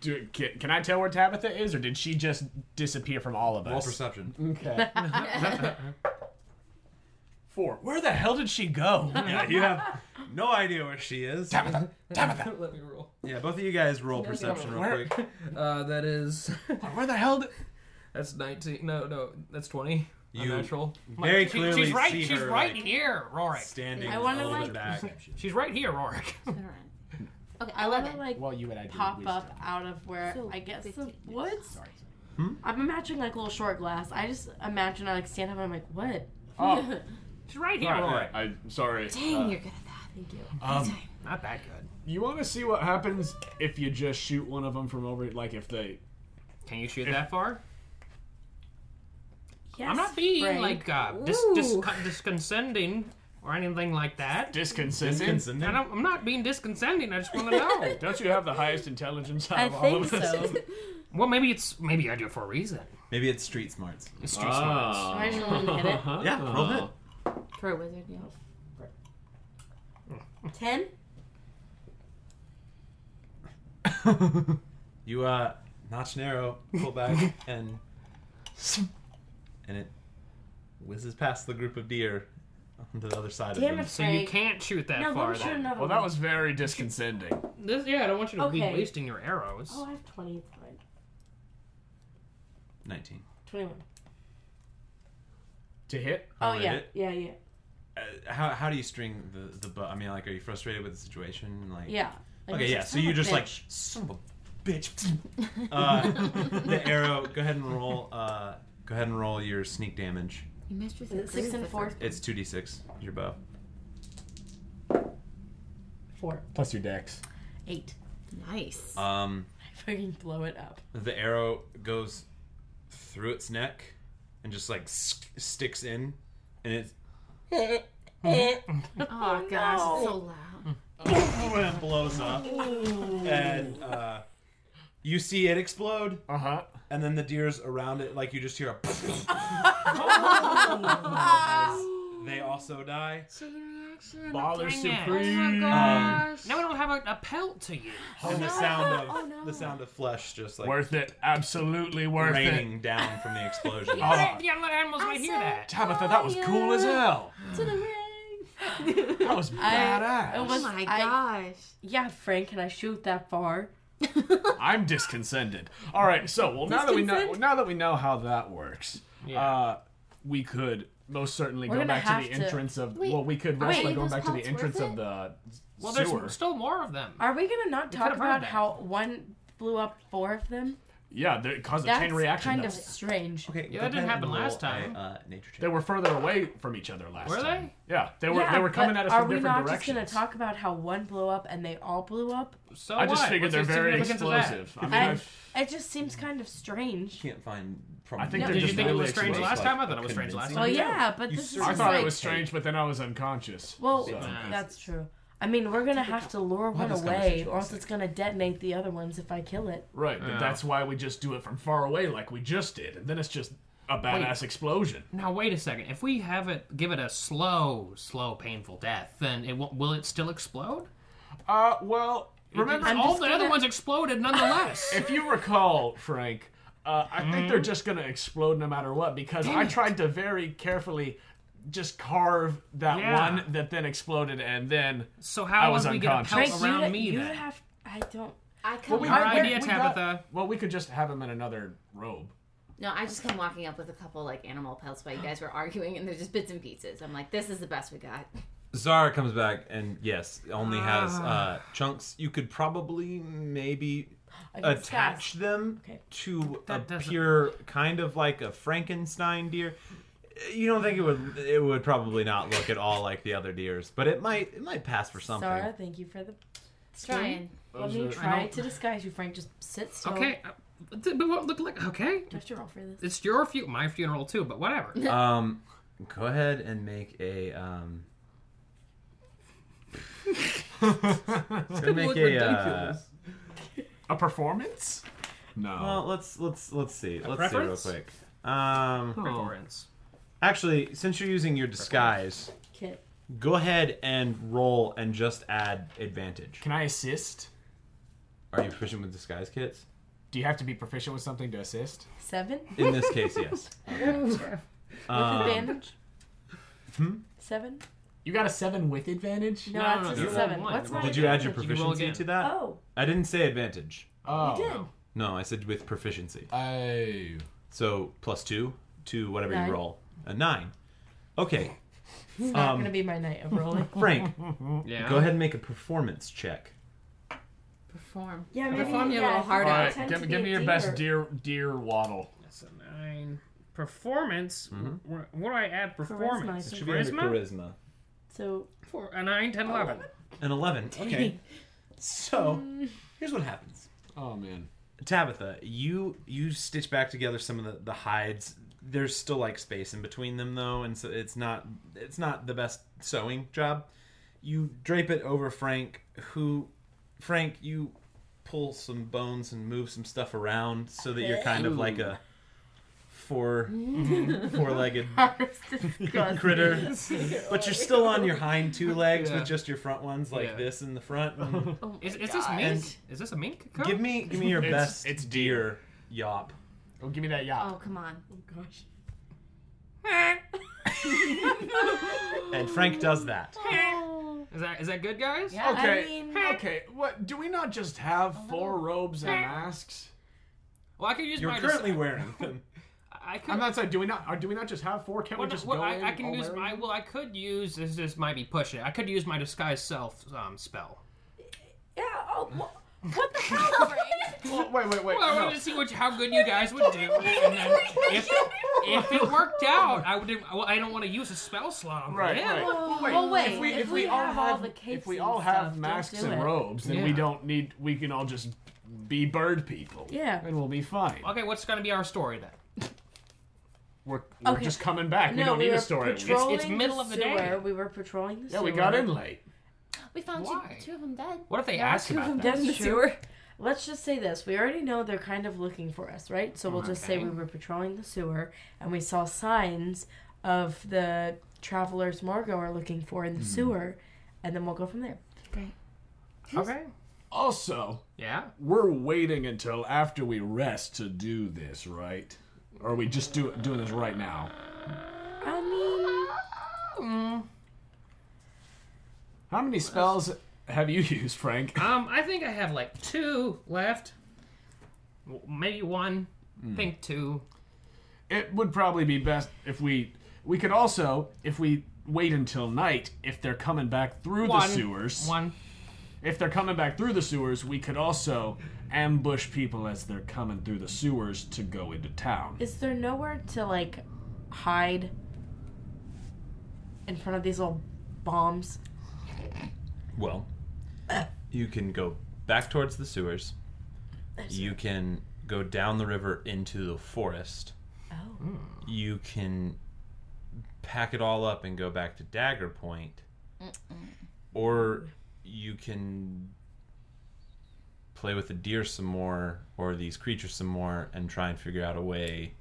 Speaker 8: do, can, can I tell where Tabitha is, or did she just disappear from all of
Speaker 6: Roll
Speaker 8: us?
Speaker 6: perception.
Speaker 8: Okay. Four. Where the hell did she go? yeah, you have.
Speaker 6: No idea where she is.
Speaker 4: Let me roll.
Speaker 6: Yeah, both of you guys roll perception real quick.
Speaker 4: Uh, that is.
Speaker 8: Where the hell? Did,
Speaker 4: That's 19. No, no, that's 20.
Speaker 6: You-
Speaker 4: Unnatural.
Speaker 6: Very clearly
Speaker 4: she's right.
Speaker 6: see
Speaker 4: she's
Speaker 6: her,
Speaker 4: right
Speaker 6: like,
Speaker 4: here, Rorik.
Speaker 6: standing
Speaker 9: I
Speaker 6: a
Speaker 9: wanna,
Speaker 6: little
Speaker 9: like-
Speaker 6: bit back.
Speaker 4: She's right here, Rorik.
Speaker 7: Okay,
Speaker 9: I want to
Speaker 7: 11.
Speaker 9: like
Speaker 8: well, you and I did
Speaker 9: pop
Speaker 8: wisdom.
Speaker 9: up out of where
Speaker 7: So,
Speaker 9: I guess the
Speaker 7: 15.
Speaker 9: woods.
Speaker 8: Sorry. sorry.
Speaker 6: Hmm?
Speaker 9: I'm imagining like a little short glass. I just imagine I like stand up and I'm like, what?
Speaker 8: Oh.
Speaker 4: She's right here, Rorik.
Speaker 8: I'm sorry.
Speaker 7: Dang, you're good at that.
Speaker 9: Thank you.
Speaker 8: Um,
Speaker 4: Not that good.
Speaker 8: you want to see what happens if you just shoot one of them from over? Like if they.
Speaker 4: Can you shoot that far?
Speaker 9: Yes,
Speaker 4: I'm not being
Speaker 9: Frank.
Speaker 4: like uh, dis- dis- discondescending or anything like that.
Speaker 8: Disconsistent.
Speaker 4: I
Speaker 6: Disconscending?
Speaker 4: don't, I'm not being discondescending. I just want to know.
Speaker 8: Don't you have the highest intelligence out
Speaker 9: I
Speaker 8: of all
Speaker 9: think
Speaker 8: of us?
Speaker 9: so.
Speaker 4: well, maybe it's maybe I do it for a reason.
Speaker 6: Maybe it's street smarts.
Speaker 4: It's street
Speaker 8: Ah.
Speaker 4: smarts.
Speaker 9: I just want to hit it.
Speaker 6: Yeah, roll it.
Speaker 7: For a wizard, yeah.
Speaker 9: Ten.
Speaker 6: You uh notch an arrow, pull back, and and it whizzes past the group of deer onto the other side
Speaker 9: Damn
Speaker 6: of
Speaker 9: it,
Speaker 6: them.
Speaker 4: So you
Speaker 9: Frank.
Speaker 4: can't shoot that
Speaker 9: No, let
Speaker 4: far.
Speaker 9: me shoot
Speaker 4: Then.
Speaker 9: another
Speaker 8: Well,
Speaker 9: one.
Speaker 8: that was very disconcerting.
Speaker 4: This, yeah, I don't want you to
Speaker 9: Okay.
Speaker 4: be wasting your arrows.
Speaker 9: Oh, I have twenty. It's fine.
Speaker 6: Nineteen.
Speaker 9: Twenty-one.
Speaker 8: To hit?
Speaker 9: Oh,
Speaker 6: Alright.
Speaker 9: yeah, yeah, yeah,
Speaker 6: Uh, how how do you string the the bow? I mean, like, are you frustrated with the situation? Like,
Speaker 9: yeah. Like,
Speaker 6: Okay,
Speaker 9: it's
Speaker 6: yeah.
Speaker 9: like,
Speaker 6: So
Speaker 9: son of
Speaker 6: you
Speaker 9: a
Speaker 6: just like
Speaker 9: bitch.
Speaker 6: son of a bitch. uh, the arrow. Go ahead and roll. Uh, go ahead and roll your sneak damage.
Speaker 7: You missed with
Speaker 9: Is it six and four.
Speaker 6: It's two d six. Your bow.
Speaker 9: Four.
Speaker 8: Plus your dex.
Speaker 9: Eight.
Speaker 7: Nice.
Speaker 6: Um,
Speaker 9: I fucking blow it up.
Speaker 6: the arrow goes through its neck and just like sk- sticks in, and it
Speaker 7: oh, gosh, it's so loud.
Speaker 6: Oh, blows up. And uh, you see it explode,
Speaker 8: Uh huh.
Speaker 6: and then the deer's around it. Like you just hear a. As they also die.
Speaker 8: Baller
Speaker 4: Supreme.
Speaker 6: Um,
Speaker 4: Now we don't have a, a pelt to use.
Speaker 6: and the sound of
Speaker 7: Oh,
Speaker 6: the sound of flesh just like
Speaker 8: Worth it. Absolutely worth it.
Speaker 6: raining down from the explosion.
Speaker 8: Oh.
Speaker 4: yeah, let animals might hear that.
Speaker 8: Tabitha, that was cool as hell.
Speaker 7: To the ring.
Speaker 8: That was
Speaker 9: I-
Speaker 8: badass.
Speaker 9: it was-
Speaker 7: Oh, my
Speaker 9: I-
Speaker 7: gosh.
Speaker 9: Yeah, Frank, can I shoot that far?
Speaker 8: I'm disconsented. All right, so well now that we know now that we know how that works, uh, we could most certainly
Speaker 9: We're
Speaker 8: go
Speaker 9: gonna
Speaker 8: back to
Speaker 9: have
Speaker 8: the
Speaker 9: to-
Speaker 8: entrance of well we could
Speaker 7: are
Speaker 8: rest
Speaker 7: any
Speaker 8: by
Speaker 7: of
Speaker 8: going
Speaker 7: those
Speaker 8: back to the
Speaker 7: pelts
Speaker 8: entrance
Speaker 7: worth
Speaker 8: of
Speaker 7: it?
Speaker 8: the
Speaker 4: Well, there's
Speaker 8: sewer.
Speaker 4: still more of them.
Speaker 9: Are we gonna not talk
Speaker 4: could've heard
Speaker 9: about
Speaker 4: that.
Speaker 9: how one blew up four of them?
Speaker 8: yeah, there- it caused a
Speaker 9: That's
Speaker 8: chain reaction.
Speaker 9: kind
Speaker 8: though.
Speaker 9: of strange.
Speaker 6: Okay, go
Speaker 4: Yeah, that didn't
Speaker 6: ahead
Speaker 4: happen
Speaker 6: and roll
Speaker 4: last time.
Speaker 6: A, uh, nature check.
Speaker 8: They were further away from each other last
Speaker 4: Were
Speaker 8: time. Yeah, they were they were coming
Speaker 9: but
Speaker 8: at us
Speaker 9: are
Speaker 8: from
Speaker 9: we
Speaker 8: different
Speaker 9: not
Speaker 8: directions.
Speaker 9: just gonna talk about how one blew up and they all blew up?
Speaker 4: So
Speaker 8: I just
Speaker 4: what?
Speaker 8: figured
Speaker 4: What's the
Speaker 8: they're very
Speaker 4: significance of that?
Speaker 8: explosive. I mean,
Speaker 9: I,
Speaker 8: I've-
Speaker 9: it just seems kind of strange.
Speaker 6: can't find. Probably.
Speaker 8: I think
Speaker 9: No,
Speaker 8: they're
Speaker 9: did you
Speaker 8: just
Speaker 9: think it
Speaker 8: really
Speaker 4: was strange
Speaker 8: explosive.
Speaker 4: last time? I thought it was strange last
Speaker 6: convincing.
Speaker 4: time.
Speaker 9: Well, yeah, but
Speaker 6: You
Speaker 9: this is
Speaker 6: certainly-
Speaker 8: I thought
Speaker 9: like,
Speaker 8: it was strange, but then I was unconscious.
Speaker 9: Well,
Speaker 8: so.
Speaker 9: that's true. I mean, we're gonna have to lure one
Speaker 6: this
Speaker 9: away,
Speaker 6: conversation
Speaker 9: or else it's gonna detonate the other ones if I kill it.
Speaker 8: Right, but that's why we just do it from far away, like we just did, and then it's just a badass explosion.
Speaker 4: Now wait a second. If we have it, give it a slow, slow, painful death, then it will, will it still explode?
Speaker 8: Uh, well, remember
Speaker 4: all the other ones exploded nonetheless.
Speaker 8: if you recall, Frank, uh, I think they're just gonna explode no matter what because I tried to very carefully just carve that
Speaker 4: Yeah.
Speaker 8: one that then exploded, and then
Speaker 4: so
Speaker 8: I
Speaker 4: how
Speaker 8: was
Speaker 4: would we get a
Speaker 8: unconscious.
Speaker 4: pelt
Speaker 9: Frank,
Speaker 4: around
Speaker 9: you,
Speaker 4: me
Speaker 9: you
Speaker 4: then?
Speaker 9: have. I don't.
Speaker 7: I come
Speaker 8: we-
Speaker 4: Your
Speaker 7: walking-
Speaker 8: I-
Speaker 4: idea,
Speaker 8: we got-
Speaker 4: Tabitha.
Speaker 8: well, we could just have him in another robe.
Speaker 7: No, I just come walking up with a couple like animal pelts while you guys were arguing, and they're just bits and pieces. I'm like, this is the best we got.
Speaker 6: Zara comes back and yes, only has uh, chunks. You could probably maybe
Speaker 9: Against
Speaker 6: attach
Speaker 9: guys.
Speaker 6: them
Speaker 9: Okay.
Speaker 6: to a
Speaker 4: That doesn't-
Speaker 6: pure kind of like a Frankenstein deer. You don't think it would? It would probably not look at all like the other deers, but it might. It might pass for something.
Speaker 9: Sarah, thank you for the.
Speaker 7: Trying.
Speaker 9: Let me try to disguise you, Frank. Just sit still.
Speaker 4: okay, uh,
Speaker 9: Oh.
Speaker 4: but what look like? Okay,
Speaker 9: Do I have to roll for this?
Speaker 4: it's your funeral, my funeral too, but whatever.
Speaker 6: Um, go ahead and make a um. it's gonna make
Speaker 4: look
Speaker 6: a. Uh,
Speaker 4: ridiculous.
Speaker 8: A performance? No.
Speaker 6: well, uh, let's let's let's see. let's see real
Speaker 4: preference?
Speaker 6: quick. Um,
Speaker 4: Preference.
Speaker 6: actually, since you're using your disguise,
Speaker 9: Kit.
Speaker 6: go ahead and roll and just add advantage.
Speaker 8: Can I assist?
Speaker 6: Are you proficient with disguise kits?
Speaker 8: Do you have to be proficient with something to assist?
Speaker 9: Seven?
Speaker 6: In this case, yes.
Speaker 9: With advantage? Seven?
Speaker 8: You got a seven with advantage?
Speaker 9: No,
Speaker 4: no, no,
Speaker 9: that's a
Speaker 4: you rolled
Speaker 9: seven.
Speaker 4: one.
Speaker 9: What's
Speaker 4: You rolled
Speaker 9: my
Speaker 6: Did you add your
Speaker 4: You can roll
Speaker 6: proficiency
Speaker 4: again.
Speaker 6: to that?
Speaker 9: Oh,
Speaker 6: I didn't say advantage.
Speaker 8: Oh.
Speaker 9: you did.
Speaker 6: No, I said with proficiency.
Speaker 8: I.
Speaker 6: So plus two to whatever
Speaker 9: Nine.
Speaker 6: you roll. A nine. Okay, Um,
Speaker 9: It's not going to be my night of rolling.
Speaker 6: Frank,
Speaker 4: Yeah.
Speaker 6: go ahead and make a performance check.
Speaker 7: Perform.
Speaker 9: Yeah,
Speaker 7: Perform
Speaker 9: maybe
Speaker 7: you a
Speaker 9: yeah,
Speaker 7: little harder.
Speaker 9: I
Speaker 8: All right,
Speaker 9: tend to
Speaker 8: give,
Speaker 9: be
Speaker 8: give
Speaker 9: a
Speaker 8: me your best
Speaker 9: diver.
Speaker 8: deer deer waddle.
Speaker 4: That's a nine. Performance. Wh- What do I add?
Speaker 9: Charisma, I
Speaker 4: Performance.
Speaker 9: think. Oh
Speaker 6: Should be under
Speaker 4: Charisma?
Speaker 6: charisma.
Speaker 9: So
Speaker 4: Four, a nine, ten, eleven.
Speaker 6: An eleven. Okay. so here's what happens.
Speaker 8: Oh man.
Speaker 6: Tabitha, you you stitch back together some of the, the hides. There's still like space in between them though, and so it's not it's not the best sewing job. You drape it over Frank, who Frank, you pull some bones and move some stuff around so that you're kind of like a four four legged critter. But you're still on your hind two legs
Speaker 4: Yeah.
Speaker 6: with just your front ones like
Speaker 4: Yeah.
Speaker 6: this in the front.
Speaker 4: Is, is this mink? Is this a mink? Cub?
Speaker 6: give me give me your
Speaker 8: It's-
Speaker 6: best
Speaker 8: it's
Speaker 6: deer yop.
Speaker 8: Oh, give me that yop.
Speaker 7: Oh, come on.
Speaker 9: gosh.
Speaker 6: And Frank does that.
Speaker 4: Is that is that good, guys?
Speaker 7: Yeah.
Speaker 8: Oh. Okay.
Speaker 9: I mean-
Speaker 8: okay. What? Do we not just have four robes and masks?
Speaker 4: Well, I could use
Speaker 6: You're
Speaker 4: my. dis-
Speaker 6: currently wearing them.
Speaker 4: I could.
Speaker 8: I'm not saying. Do we not? Or do we not just have four? Can't
Speaker 4: Well,
Speaker 8: we just
Speaker 4: well,
Speaker 8: go
Speaker 4: I,
Speaker 8: in
Speaker 4: I can
Speaker 8: all
Speaker 4: use.
Speaker 8: wearing
Speaker 4: I,
Speaker 8: them?
Speaker 4: well, I could use. This, this might be pushing. it. I could use my disguise self um, spell.
Speaker 9: Yeah, oh, wha- what the hell? Frank?
Speaker 8: Well, wait, wait, wait.
Speaker 4: Well, I
Speaker 8: no.
Speaker 4: wanted to see what, how good you guys would do, and then if, if it worked out, I would. Well, I don't want to use a spell slot on
Speaker 8: Right,
Speaker 4: him.
Speaker 8: right.
Speaker 9: Well,
Speaker 7: well, wait,
Speaker 8: If we,
Speaker 7: if
Speaker 8: if
Speaker 7: we
Speaker 8: we all
Speaker 7: have all
Speaker 8: have
Speaker 7: the capes
Speaker 8: if we
Speaker 9: and
Speaker 8: all have
Speaker 9: stuff, don't
Speaker 8: masks
Speaker 9: do
Speaker 8: and
Speaker 9: it.
Speaker 8: robes, then we
Speaker 4: Yeah.
Speaker 8: don't need. We can all just be bird people.
Speaker 9: Yeah.
Speaker 8: and we'll be fine.
Speaker 4: Okay, what's going to be our story then?
Speaker 8: We're, we're
Speaker 9: Okay.
Speaker 8: just coming back. we
Speaker 9: no,
Speaker 8: don't need
Speaker 9: were
Speaker 8: a story. We-
Speaker 9: Patrolling
Speaker 4: It's- it's middle of the day.
Speaker 9: sewer. We were patrolling the
Speaker 8: yeah,
Speaker 9: sewer.
Speaker 8: we got in late.
Speaker 7: We found two,
Speaker 4: Why?
Speaker 7: two of them dead.
Speaker 4: What if they
Speaker 9: Yeah,
Speaker 4: ask
Speaker 9: two of
Speaker 4: about
Speaker 9: them
Speaker 4: that?
Speaker 9: dead in the
Speaker 7: That's
Speaker 9: sewer. Let's just say this: we already know they're kind of looking for us, right? So we'll just say
Speaker 4: Okay.
Speaker 9: we were patrolling the sewer and we saw signs of the travelers Margot are looking for in the sewer, and then we'll go from there.
Speaker 4: Okay.
Speaker 8: Also,
Speaker 4: Yeah.
Speaker 8: we're waiting until after we rest to do this, right? Or are we just do, doing this right now?
Speaker 9: I mean,
Speaker 8: How many spells have you used, Frank?
Speaker 4: Um, I think I have like two left. W- Maybe one.
Speaker 8: Hmm.
Speaker 4: Think two.
Speaker 8: It would probably be best if we we could also if we wait until night if they're coming back through
Speaker 4: One.
Speaker 8: the sewers.
Speaker 4: One.
Speaker 8: If they're coming back through the sewers, we could also ambush people as they're coming through the sewers to go into town.
Speaker 9: is there nowhere to like hide in front of these little bombs?
Speaker 6: Well, you can go back towards the sewers. You can go down the river into the forest.
Speaker 9: Oh.
Speaker 6: You can pack it all up and go back to Dagger Point. Or you can play with the deer some more or these creatures some more and try and figure out a way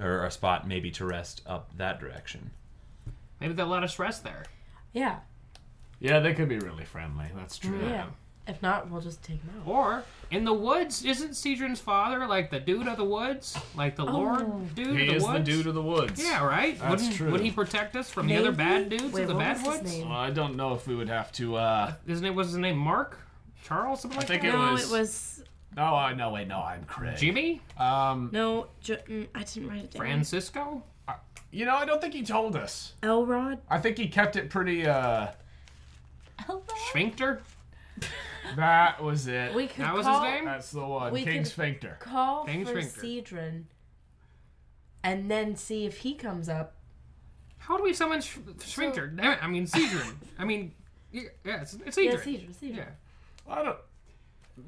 Speaker 6: or a spot maybe to rest up that direction.
Speaker 4: Maybe they'll let us rest there.
Speaker 9: Yeah,
Speaker 8: Yeah, they could be really friendly. That's true.
Speaker 9: yeah. If not, we'll just take them out.
Speaker 4: Or in the woods, isn't Cedron's father like the dude of the woods? Like
Speaker 9: Oh.
Speaker 4: the Lord dude
Speaker 8: He
Speaker 4: of the
Speaker 8: is
Speaker 4: woods?
Speaker 8: the dude of the woods.
Speaker 4: yeah, right?
Speaker 8: That's
Speaker 4: Wouldn't,
Speaker 8: true.
Speaker 4: Would he protect us from the other bad dudes
Speaker 9: Wait,
Speaker 4: of the
Speaker 9: what
Speaker 4: bad
Speaker 9: was his
Speaker 4: woods?
Speaker 9: name?
Speaker 8: Well, I don't know if we would have to. uh
Speaker 4: His name was his name Mark? Charles? Something like
Speaker 8: think
Speaker 4: that?
Speaker 8: it
Speaker 9: No, it
Speaker 8: was-
Speaker 9: was
Speaker 8: No, I no wait, no, I'm Craig.
Speaker 4: Jimmy?
Speaker 8: Um,
Speaker 9: no. Ju- mm, I didn't write it down.
Speaker 4: Francisco?
Speaker 8: you know, I don't think he told us.
Speaker 9: Elrod.
Speaker 8: I think he kept it pretty. uh
Speaker 4: Sphincter?
Speaker 8: That was it.
Speaker 9: We could
Speaker 4: That was his
Speaker 9: call,
Speaker 4: name?
Speaker 8: That's the one,
Speaker 9: We
Speaker 8: King
Speaker 9: could-
Speaker 8: Sphincter.
Speaker 9: Call
Speaker 4: Thanks,
Speaker 9: for
Speaker 4: Richter.
Speaker 9: Cedron, and then see if he comes up.
Speaker 4: How do we summon Sh- Sphincter? Damn it, I mean, Cedron. I mean, yeah, it's, it's Cedron.
Speaker 9: Yeah, Cedron, Cedron.
Speaker 4: Yeah.
Speaker 8: I don't.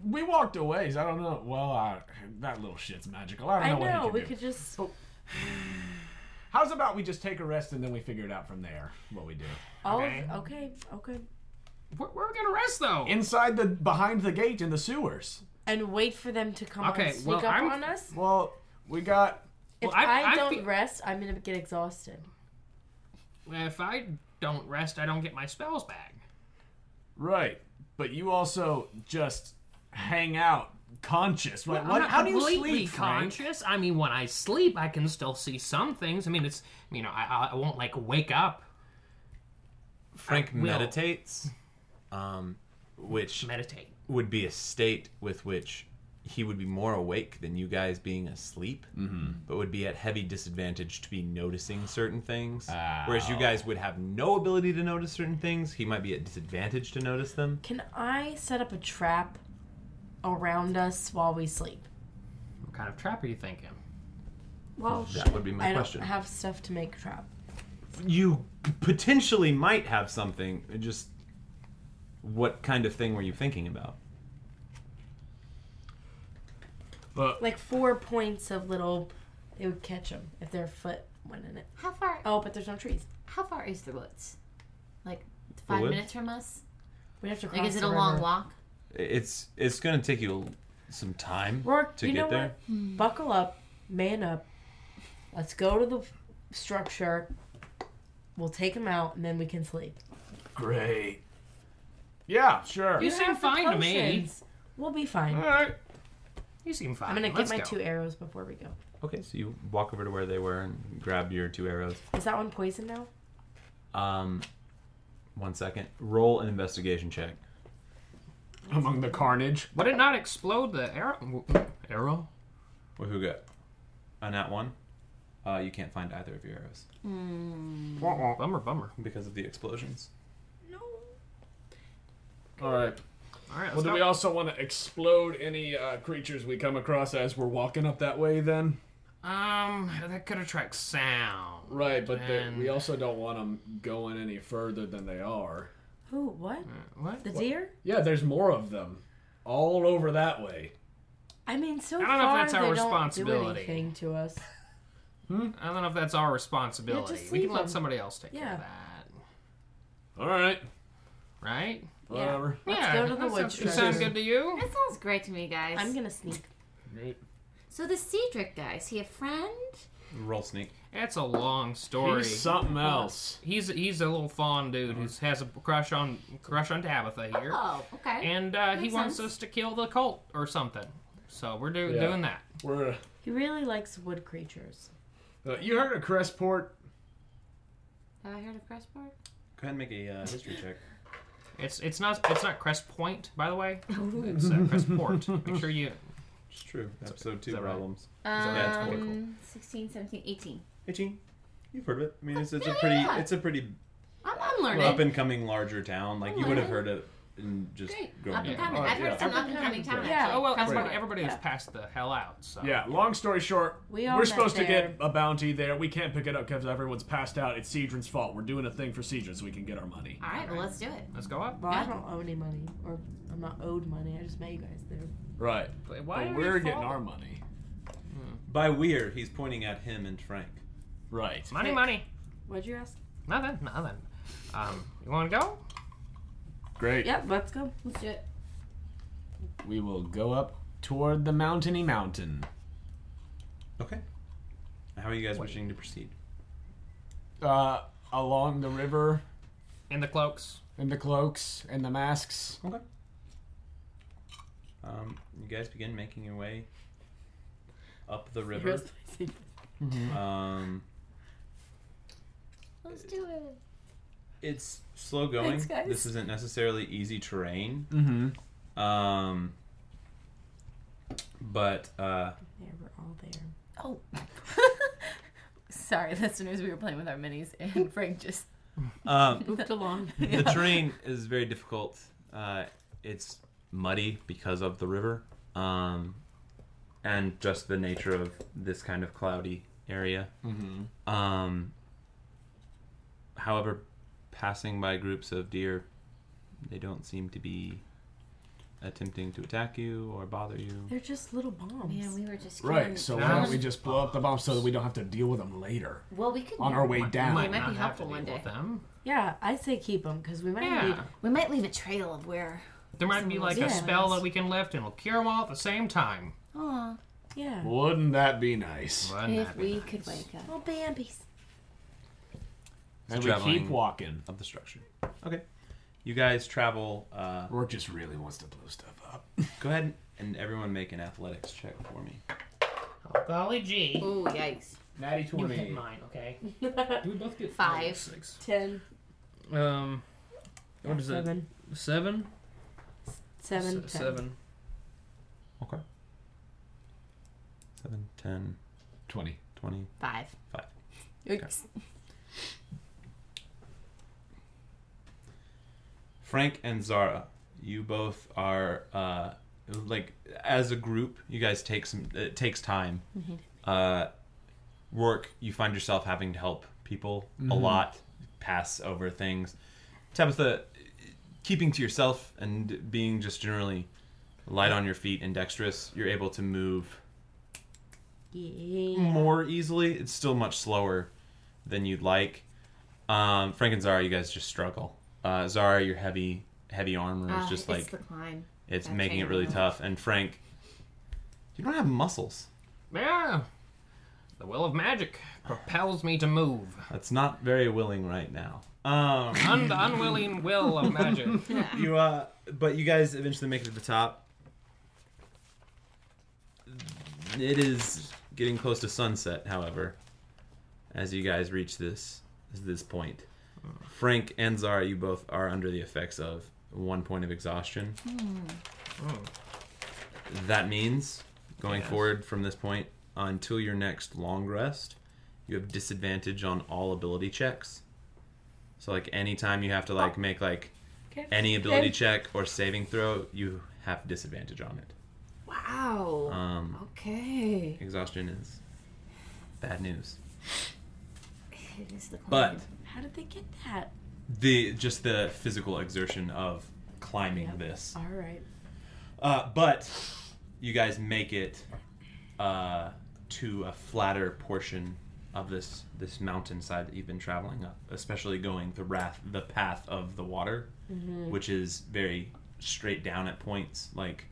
Speaker 8: We walked a ways. I don't know. Well, I, that little shit's magical. I don't
Speaker 9: I
Speaker 8: know, what
Speaker 9: know.
Speaker 8: he can
Speaker 9: We
Speaker 8: do.
Speaker 9: could just.
Speaker 8: How's about we just take a rest and then we figure it out from there what we do
Speaker 9: All
Speaker 4: Okay.
Speaker 9: okay. okay. Okay.
Speaker 4: Where, where are we gonna rest though?
Speaker 8: inside the behind the gate in the sewers.
Speaker 9: And wait for them to come
Speaker 4: Okay,
Speaker 9: and sneak
Speaker 4: well,
Speaker 9: up
Speaker 4: I'm-
Speaker 9: on us.
Speaker 8: Well, we got
Speaker 9: If
Speaker 4: Well, I-
Speaker 9: I,
Speaker 4: I
Speaker 9: don't
Speaker 4: feel-
Speaker 9: rest, I'm gonna get exhausted.
Speaker 4: If I don't rest, I don't get my spells back.
Speaker 8: Right. But you also just hang out conscious. Like,
Speaker 4: I'm
Speaker 8: what,
Speaker 4: not
Speaker 8: how do you
Speaker 4: completely
Speaker 8: sleep, Frank?
Speaker 4: conscious. I mean, when I sleep, I can still see some things. I mean, it's you know, I, I won't like wake up
Speaker 6: Frank
Speaker 4: I will.
Speaker 6: meditates, um, which
Speaker 4: meditate.
Speaker 6: would be a state with which he would be more awake than you guys being asleep, but would be at heavy disadvantage to be noticing certain things. Whereas you guys would have no ability to notice certain things, he might be at disadvantage to notice them.
Speaker 9: Can I set up a trap around us while we sleep?
Speaker 4: What kind of trap are you thinking?
Speaker 9: Well,
Speaker 6: That would be my
Speaker 9: I
Speaker 6: question.
Speaker 9: don't have stuff to make a trap.
Speaker 6: You p- potentially might have something. it Just what kind of thing were you thinking about?
Speaker 9: Like four points of little, they would catch them if their foot went in it.
Speaker 7: How far?
Speaker 9: Oh, but there's no trees.
Speaker 7: How far is the woods? Like five
Speaker 6: woods?
Speaker 7: minutes from us?
Speaker 9: We have to cross.
Speaker 7: Like, is it
Speaker 9: the
Speaker 7: a long
Speaker 9: river.
Speaker 7: walk?
Speaker 6: It's it's going to take you some time
Speaker 9: Rourke,
Speaker 6: to
Speaker 9: you know
Speaker 6: get there.
Speaker 9: what? Buckle up, man up. Let's go to the f- structure. We'll take them out, and then we can sleep.
Speaker 8: Great. Yeah, sure.
Speaker 4: You seem
Speaker 9: have the
Speaker 4: fine to me.
Speaker 9: potions. We'll be fine.
Speaker 8: All right.
Speaker 4: You seem fine.
Speaker 9: I'm gonna
Speaker 4: Let's
Speaker 9: get my
Speaker 4: go.
Speaker 9: two arrows before we go.
Speaker 6: Okay, so you walk over to where they were and grab your two arrows.
Speaker 9: Is that one poison now?
Speaker 6: Um, one second. Roll an investigation check.
Speaker 8: Among the carnage.
Speaker 4: Would it not explode the arrow? Arrow?
Speaker 6: Well, who got? A nat one. Uh, you can't find either of your arrows
Speaker 4: Bummer, bummer.
Speaker 6: because of the explosions.
Speaker 8: All right.
Speaker 4: All right, let's
Speaker 8: Well, do
Speaker 4: go.
Speaker 8: we also want to explode any uh, creatures we come across as we're walking up that way then?
Speaker 4: Um, that could attract sound.
Speaker 8: Right, but they,
Speaker 4: And-
Speaker 8: we also don't want them going any further than they are.
Speaker 9: Who? What?
Speaker 8: Uh,
Speaker 4: What?
Speaker 9: The deer?
Speaker 8: Yeah, there's more of them all over that way.
Speaker 9: I mean, so
Speaker 4: I
Speaker 9: far
Speaker 4: don't know if that's our
Speaker 9: they
Speaker 4: responsibility.
Speaker 9: don't do anything to us.
Speaker 4: I don't know if that's our responsibility.
Speaker 9: Yeah, just
Speaker 4: we
Speaker 9: leave
Speaker 4: can let
Speaker 9: them.
Speaker 4: somebody else take care
Speaker 9: Yeah.
Speaker 4: of that,
Speaker 8: All right.
Speaker 4: right?
Speaker 8: Whatever.
Speaker 9: Let's
Speaker 4: yeah,
Speaker 9: go to the
Speaker 4: that
Speaker 9: wood
Speaker 4: sounds- Sound
Speaker 9: structure.
Speaker 4: good to you?
Speaker 7: That sounds great to me, guys.
Speaker 9: I'm gonna sneak.
Speaker 8: Great.
Speaker 7: So the Cedric guy, is he a friend?
Speaker 6: Roll sneak.
Speaker 4: That's a long story.
Speaker 8: He's something else.
Speaker 4: He's he's a little fawn dude who has a crush on crush on Tabitha here,
Speaker 7: Oh, okay.
Speaker 4: and uh, he
Speaker 7: makes
Speaker 4: wants
Speaker 7: sense.
Speaker 4: us to kill the cult or something. So we're do-
Speaker 8: Yeah.
Speaker 4: doing that.
Speaker 8: We're
Speaker 9: He really likes wood creatures.
Speaker 8: uh, you heard of Crestport?
Speaker 7: Have I heard of Crestport?
Speaker 6: Go ahead and make a uh, history check.
Speaker 4: It's it's not it's not Crest Point by the way. It's uh, Crest Port. Make sure you
Speaker 6: It's true. Episode two
Speaker 4: that right?
Speaker 6: problems.
Speaker 7: Um,
Speaker 6: Yeah, it's pretty
Speaker 7: 16, 17, 18.
Speaker 6: Eighteen. You've heard of it. I mean, it's, it's a
Speaker 7: Yeah,
Speaker 6: pretty,
Speaker 7: yeah.
Speaker 6: it's a pretty
Speaker 7: I'm, I'm learning.
Speaker 6: up and coming larger town. Like you would have heard of in just
Speaker 7: Great. Up
Speaker 6: growing up.
Speaker 7: and coming. I've heard
Speaker 8: Yeah.
Speaker 7: it's an up and coming town.
Speaker 9: Yeah.
Speaker 7: actually.
Speaker 4: Oh well, everybody,
Speaker 7: Crestport.
Speaker 4: everybody has passed the hell out. So
Speaker 8: Yeah, long story short,
Speaker 9: We
Speaker 8: we
Speaker 9: all
Speaker 8: are
Speaker 9: met
Speaker 8: supposed to
Speaker 9: there.
Speaker 8: get a bounty there. We can't pick it up because everyone's passed out. It's Cedron's fault. We're doing a thing for Cedron so we can get our money.
Speaker 7: All right, well, let's do it.
Speaker 4: let's go up.
Speaker 9: Well, I don't owe any money, or I'm not owed money. I just met you guys there.
Speaker 8: Right.
Speaker 4: But
Speaker 8: But
Speaker 4: why are we
Speaker 8: we're getting
Speaker 4: following-
Speaker 8: our money.
Speaker 6: By we're, he's pointing at him and Frank.
Speaker 8: Right.
Speaker 4: money? Money.
Speaker 9: What'd you ask?
Speaker 4: Nothing. Nothing. Um, you want to go?
Speaker 8: Great.
Speaker 9: Yep, let's go.
Speaker 7: Let's do it.
Speaker 8: We will go up toward the mountainy mountain.
Speaker 6: Okay. How are you guys wishing to proceed?
Speaker 8: Uh, along the river
Speaker 4: In the cloaks.
Speaker 8: and the cloaks and the masks.
Speaker 6: Okay. Um, you guys begin making your way up the river.
Speaker 9: Here's my secret.
Speaker 6: Um,
Speaker 7: Let's do it.
Speaker 6: it's slow going.
Speaker 9: Thanks, guys.
Speaker 6: This isn't necessarily easy terrain.
Speaker 8: Mm-hmm.
Speaker 6: Um, but uh,
Speaker 9: There, we're all there.
Speaker 7: Oh. Sorry, listeners, we were playing with our minis, and Frank just.
Speaker 6: um,
Speaker 9: Moved along.
Speaker 6: the terrain is very difficult. Uh, it's muddy because of the river, um, and just the nature of this kind of cloudy area. Mm-hmm. Um, however, passing by groups of deer, they don't seem to be attempting to attack you or bother you.
Speaker 9: They're just little bombs.
Speaker 7: Yeah, we were just. killing-
Speaker 8: Right. So why
Speaker 4: Nice.
Speaker 8: don't we just blow up the bomb so that we don't have to deal with them later
Speaker 7: Well, we could.
Speaker 8: on our way down?
Speaker 7: might
Speaker 4: not have
Speaker 7: be
Speaker 4: to
Speaker 7: helpful one
Speaker 4: deal with
Speaker 7: day.
Speaker 4: Them.
Speaker 9: yeah, I say keep them because we might need.
Speaker 4: Yeah.
Speaker 7: We might leave a trail of where.
Speaker 4: There might be like
Speaker 9: Yeah.
Speaker 4: a spell that we can lift and it'll cure them all at the same time.
Speaker 7: Aw.
Speaker 9: Yeah.
Speaker 8: Wouldn't that be nice?
Speaker 7: If we could wake up.
Speaker 9: Oh, Bambies.
Speaker 8: And we
Speaker 6: Traveling.
Speaker 8: keep walking.
Speaker 6: of the structure. Okay. You guys travel. Uh,
Speaker 8: Rourke just really wants to blow stuff up.
Speaker 6: go ahead and everyone make an athletics check for me.
Speaker 10: Oh, golly gee.
Speaker 7: Ooh, yikes.
Speaker 8: Natty
Speaker 10: You hit mine, okay? Do we both get
Speaker 7: Five.
Speaker 4: Six.
Speaker 9: Ten.
Speaker 4: Um, what is that?
Speaker 9: Seven.
Speaker 4: Seven?
Speaker 9: Seven.
Speaker 4: Se-
Speaker 9: ten.
Speaker 4: seven.
Speaker 6: Okay. 7, 10,
Speaker 8: 20.
Speaker 6: 20.
Speaker 7: Five.
Speaker 9: Yikes.
Speaker 6: Frank and Zara, you both are uh, like as a group. You guys take some. It takes time. Uh, Rourke, you find yourself having to help people a lot, pass over things. Tabitha, keeping to yourself and being just generally light on your feet and dexterous, you're able to move
Speaker 9: Yeah.
Speaker 6: more easily. It's still much slower than you'd like. Um, Frank and Zara, you guys just struggle. Uh, Zara, your heavy heavy armor
Speaker 7: Ah,
Speaker 6: is just
Speaker 7: it's
Speaker 6: like
Speaker 7: the climb.
Speaker 6: it's
Speaker 7: That
Speaker 6: making it
Speaker 7: chain
Speaker 6: really
Speaker 7: mail.
Speaker 6: tough. And Frank, you don't have muscles.
Speaker 4: Yeah. The will of magic propels me to move.
Speaker 6: That's not very willing right now. Um,
Speaker 4: Un- the unwilling will of magic.
Speaker 6: you uh, but you guys eventually make it to the top. It is getting close to sunset, however, as you guys reach this this point. Frank and Zara, you both are under the effects of one point of exhaustion. That means going
Speaker 4: Yes.
Speaker 6: forward from this point until your next long rest, you have disadvantage on all ability checks. So like anytime you have to like make like
Speaker 9: Okay.
Speaker 6: any ability
Speaker 9: Okay.
Speaker 6: check or saving throw, you have disadvantage on it.
Speaker 7: Wow. Oh.
Speaker 6: Um,
Speaker 7: okay.
Speaker 6: exhaustion is bad news.
Speaker 7: It is the climb.
Speaker 6: But
Speaker 9: How did they get that?
Speaker 6: the just the physical exertion of climbing this.
Speaker 9: All right.
Speaker 6: Uh, but you guys make it uh, to a flatter portion of this this mountainside that you've been traveling up, especially going the wrath the path of the water, which is very straight down at points. Like,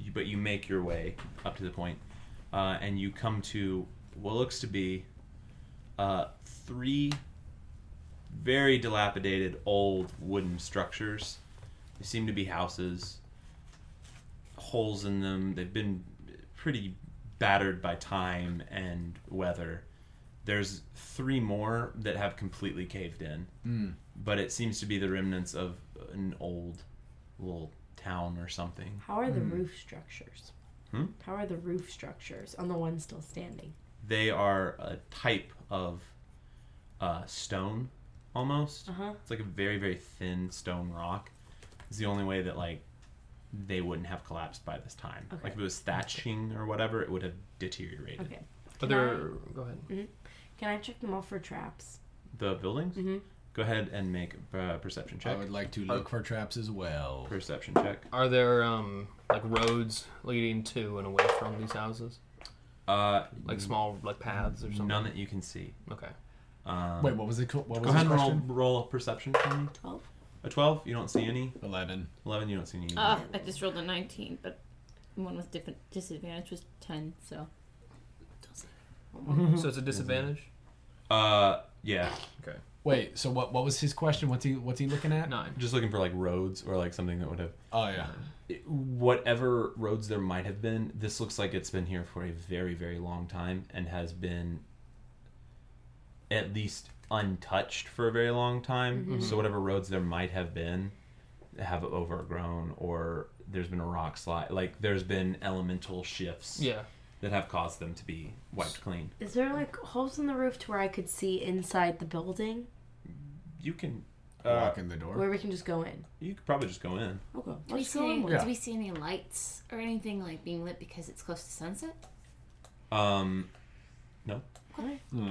Speaker 6: you, but you make your way up to the point, uh, and you come to what looks to be uh, three very dilapidated old wooden structures. They seem to be houses holes in them. They've been pretty battered by time and weather. There's three more that have completely caved in, mm. but it seems to be the remnants of an old little town or something.
Speaker 9: How are the
Speaker 7: Hmm.
Speaker 9: roof structures?
Speaker 6: Hmm?
Speaker 9: How are the roof structures on the one still standing?
Speaker 6: They are a type of uh, stone, almost.
Speaker 9: Uh-huh.
Speaker 6: It's like a very very thin stone rock. It's the only way that like they wouldn't have collapsed by this time.
Speaker 9: Okay.
Speaker 6: Like if it was thatching or whatever, it would have deteriorated.
Speaker 9: Okay.
Speaker 4: But they're. Go ahead.
Speaker 9: Can I check them all for traps?
Speaker 6: The buildings? Go ahead and make a uh, perception check.
Speaker 8: like to look for traps as well.
Speaker 6: Perception check.
Speaker 4: Are there, um, like roads leading to and away from these houses?
Speaker 6: Uh,
Speaker 8: Mm.
Speaker 4: Like small, like paths or something?
Speaker 6: none that you can see.
Speaker 4: Okay.
Speaker 6: Um,
Speaker 8: Wait, what was it? co- What
Speaker 6: go
Speaker 8: was
Speaker 6: ahead
Speaker 8: his
Speaker 6: and roll,
Speaker 8: question?
Speaker 6: roll a perception for me.
Speaker 9: Twelve.
Speaker 6: A 12, you don't see any.
Speaker 8: Eleven.
Speaker 6: 11, you don't see any.
Speaker 7: Uh, I just rolled a 19, but the one with different disadvantage was 10, so.
Speaker 4: So it's a disadvantage?
Speaker 6: Uh, yeah.
Speaker 4: Okay.
Speaker 8: Wait, so what? What was his question? What's he? What's he looking at?
Speaker 4: Nine.
Speaker 6: Just looking for like roads or like something that would have.
Speaker 8: Oh yeah.
Speaker 6: Whatever roads there might have been, this looks like it's been here for a very, very long time and has been at least untouched for a very long time. So whatever roads there might have been have overgrown or there's been a rock slide. Like there's been elemental shifts
Speaker 4: Yeah.
Speaker 6: that have caused them to be wiped clean.
Speaker 9: Is there like holes in the roof to where I could see inside the building
Speaker 6: You can uh,
Speaker 8: in the door.
Speaker 9: where we can just go in?
Speaker 6: you could probably just go in.
Speaker 9: Okay.
Speaker 7: Do we,
Speaker 9: Let's
Speaker 7: see
Speaker 9: go
Speaker 7: any,
Speaker 9: in.
Speaker 8: Yeah.
Speaker 7: do we see any lights or anything like being lit because it's close to sunset?
Speaker 6: Um no.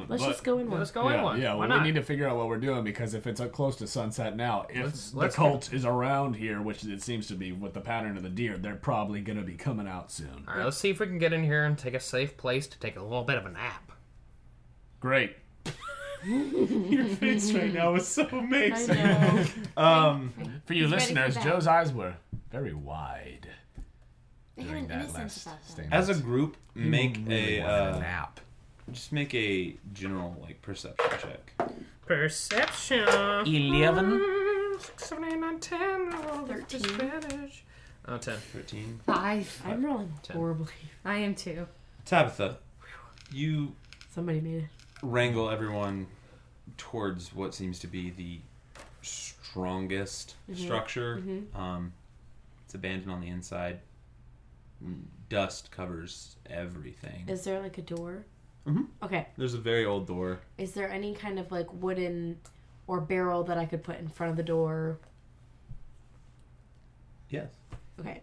Speaker 9: Let's
Speaker 8: But-
Speaker 9: just go in.
Speaker 4: Well,
Speaker 9: one.
Speaker 4: let's go in one.
Speaker 8: yeah,
Speaker 4: Why
Speaker 8: well,
Speaker 4: not?
Speaker 8: we need to figure out what we're doing because if it's uh, close to sunset now, if
Speaker 4: Let's-
Speaker 8: the
Speaker 4: let's
Speaker 8: cult is around here, which it seems to be with the pattern of the deer, they're probably going to be coming out soon.
Speaker 4: All right, let's see if we can get in here and take a safe place to take a little bit of a nap.
Speaker 8: Great.
Speaker 6: Face right now is so
Speaker 9: I
Speaker 6: amazing.
Speaker 9: know.
Speaker 6: Um
Speaker 8: For you
Speaker 7: He's ready for
Speaker 8: listeners,
Speaker 7: bed.
Speaker 8: Joe's eyes were very wide.
Speaker 7: They had
Speaker 11: during
Speaker 7: an
Speaker 11: that
Speaker 7: innocence
Speaker 11: last
Speaker 7: about them.
Speaker 11: stand.
Speaker 6: As a group, make
Speaker 11: really
Speaker 6: a
Speaker 11: wanted
Speaker 6: uh,
Speaker 11: nap.
Speaker 6: just make a general like perception check.
Speaker 10: Perception.
Speaker 6: Eleven.
Speaker 10: Six, seven, eight, nine, ten. Oh, that's disadvantage.
Speaker 4: Oh, 10.
Speaker 6: Thirteen.
Speaker 7: Five.
Speaker 9: I'm rolling
Speaker 4: Ten.
Speaker 9: horribly.
Speaker 7: I am too.
Speaker 6: Tabitha, you
Speaker 9: Somebody made it.
Speaker 6: wrangle everyone towards what seems to be the strongest structure. Um, it's abandoned on the inside. Mm, Dust covers everything.
Speaker 9: Is there like a door?
Speaker 4: Mm-hmm.
Speaker 6: Mhm.
Speaker 9: Okay.
Speaker 6: There's a very old door.
Speaker 9: Is there any kind of like wooden or barrel that I could put in front of the door?
Speaker 6: Yes.
Speaker 9: Okay.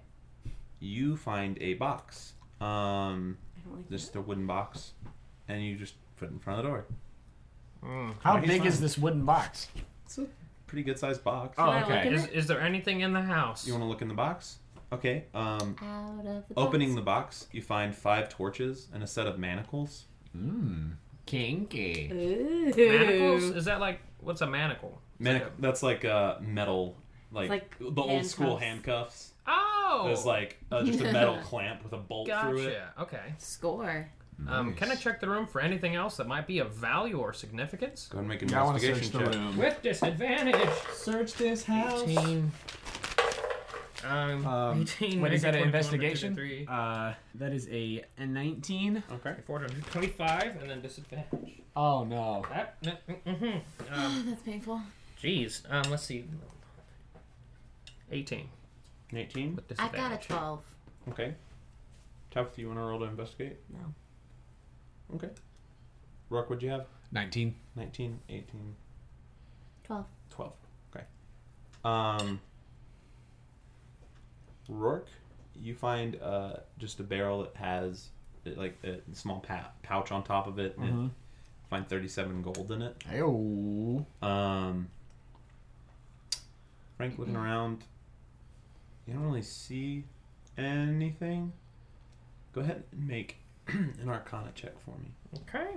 Speaker 6: You find a box. Um,
Speaker 9: I don't like
Speaker 6: just a wooden box, and you just put it in front of the door.
Speaker 8: How
Speaker 11: Like, it's
Speaker 8: big is
Speaker 11: fine.
Speaker 8: this wooden box?
Speaker 6: It's a pretty good sized box.
Speaker 9: Can
Speaker 4: Oh,
Speaker 9: I look
Speaker 4: okay.
Speaker 9: in
Speaker 4: Is,
Speaker 9: it?
Speaker 4: is there anything in the house?
Speaker 6: You want to look in the box? Okay. Um,
Speaker 2: Out of the
Speaker 6: opening the box, you find five torches and a set of manacles.
Speaker 11: Kinky.
Speaker 9: that. Ooh.
Speaker 4: Manacles? Is that like, what's a manacle? It's like
Speaker 6: Manic- that's like uh, metal, like,
Speaker 9: It's like
Speaker 6: the old school
Speaker 9: handcuffs.
Speaker 6: handcuffs.
Speaker 4: a- Oh!
Speaker 6: It's like uh, just a metal clamp with a bolt through it.
Speaker 4: Gotcha. Okay.
Speaker 7: Score.
Speaker 4: Um, can I check the room for anything else that might be of value or significance?
Speaker 6: Go ahead and make an
Speaker 8: Yeah, I want to search
Speaker 6: investigation
Speaker 8: the
Speaker 6: check.
Speaker 8: room.
Speaker 10: With disadvantage.
Speaker 11: Search this house.
Speaker 4: 18. Um,
Speaker 5: Uh,
Speaker 11: Um,
Speaker 4: 18.
Speaker 11: What is that? An
Speaker 4: 21,
Speaker 11: investigation?
Speaker 4: 23,
Speaker 11: Uh, that is a, a 19.
Speaker 6: Okay.
Speaker 10: 425 and then disadvantage.
Speaker 8: Oh no.
Speaker 10: That,
Speaker 4: mm,
Speaker 10: mm-hmm.
Speaker 4: Um,
Speaker 7: That's painful.
Speaker 10: Jeez. Um, let's see.
Speaker 4: 18.
Speaker 6: 18.
Speaker 4: With
Speaker 7: I
Speaker 4: disadvantage.
Speaker 7: got a twelve.
Speaker 6: Okay. Tabitha, you want to roll to investigate?
Speaker 9: No.
Speaker 6: Okay. Rook, what'd you have?
Speaker 11: 19.
Speaker 6: 19, 18,
Speaker 7: Twelve.
Speaker 6: 12. Okay. Um, Rourke, you find uh, just a barrel that has uh, like a small pa- pouch on top of it. And it- Find 37 gold in it.
Speaker 11: Ew.
Speaker 6: Um, Frank, looking around, you don't really see anything. Go ahead and make an arcana check for me.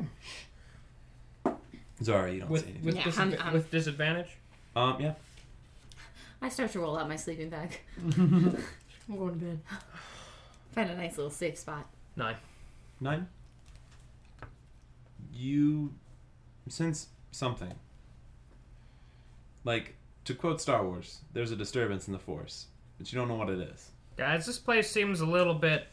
Speaker 4: Okay.
Speaker 6: Zara, you don't
Speaker 4: With,
Speaker 6: see anything.
Speaker 4: with,
Speaker 7: Yeah,
Speaker 4: disadva-
Speaker 7: I'm- I'm-
Speaker 4: with disadvantage?
Speaker 6: um, yeah.
Speaker 7: I start to roll out my sleeping bag.
Speaker 9: I'm going to bed.
Speaker 7: Find a nice little safe spot.
Speaker 4: Nine.
Speaker 6: Nine. You sense something. Like, to quote Star Wars, there's a disturbance in the Force, but you don't know what it is.
Speaker 4: Guys, this place seems a little bit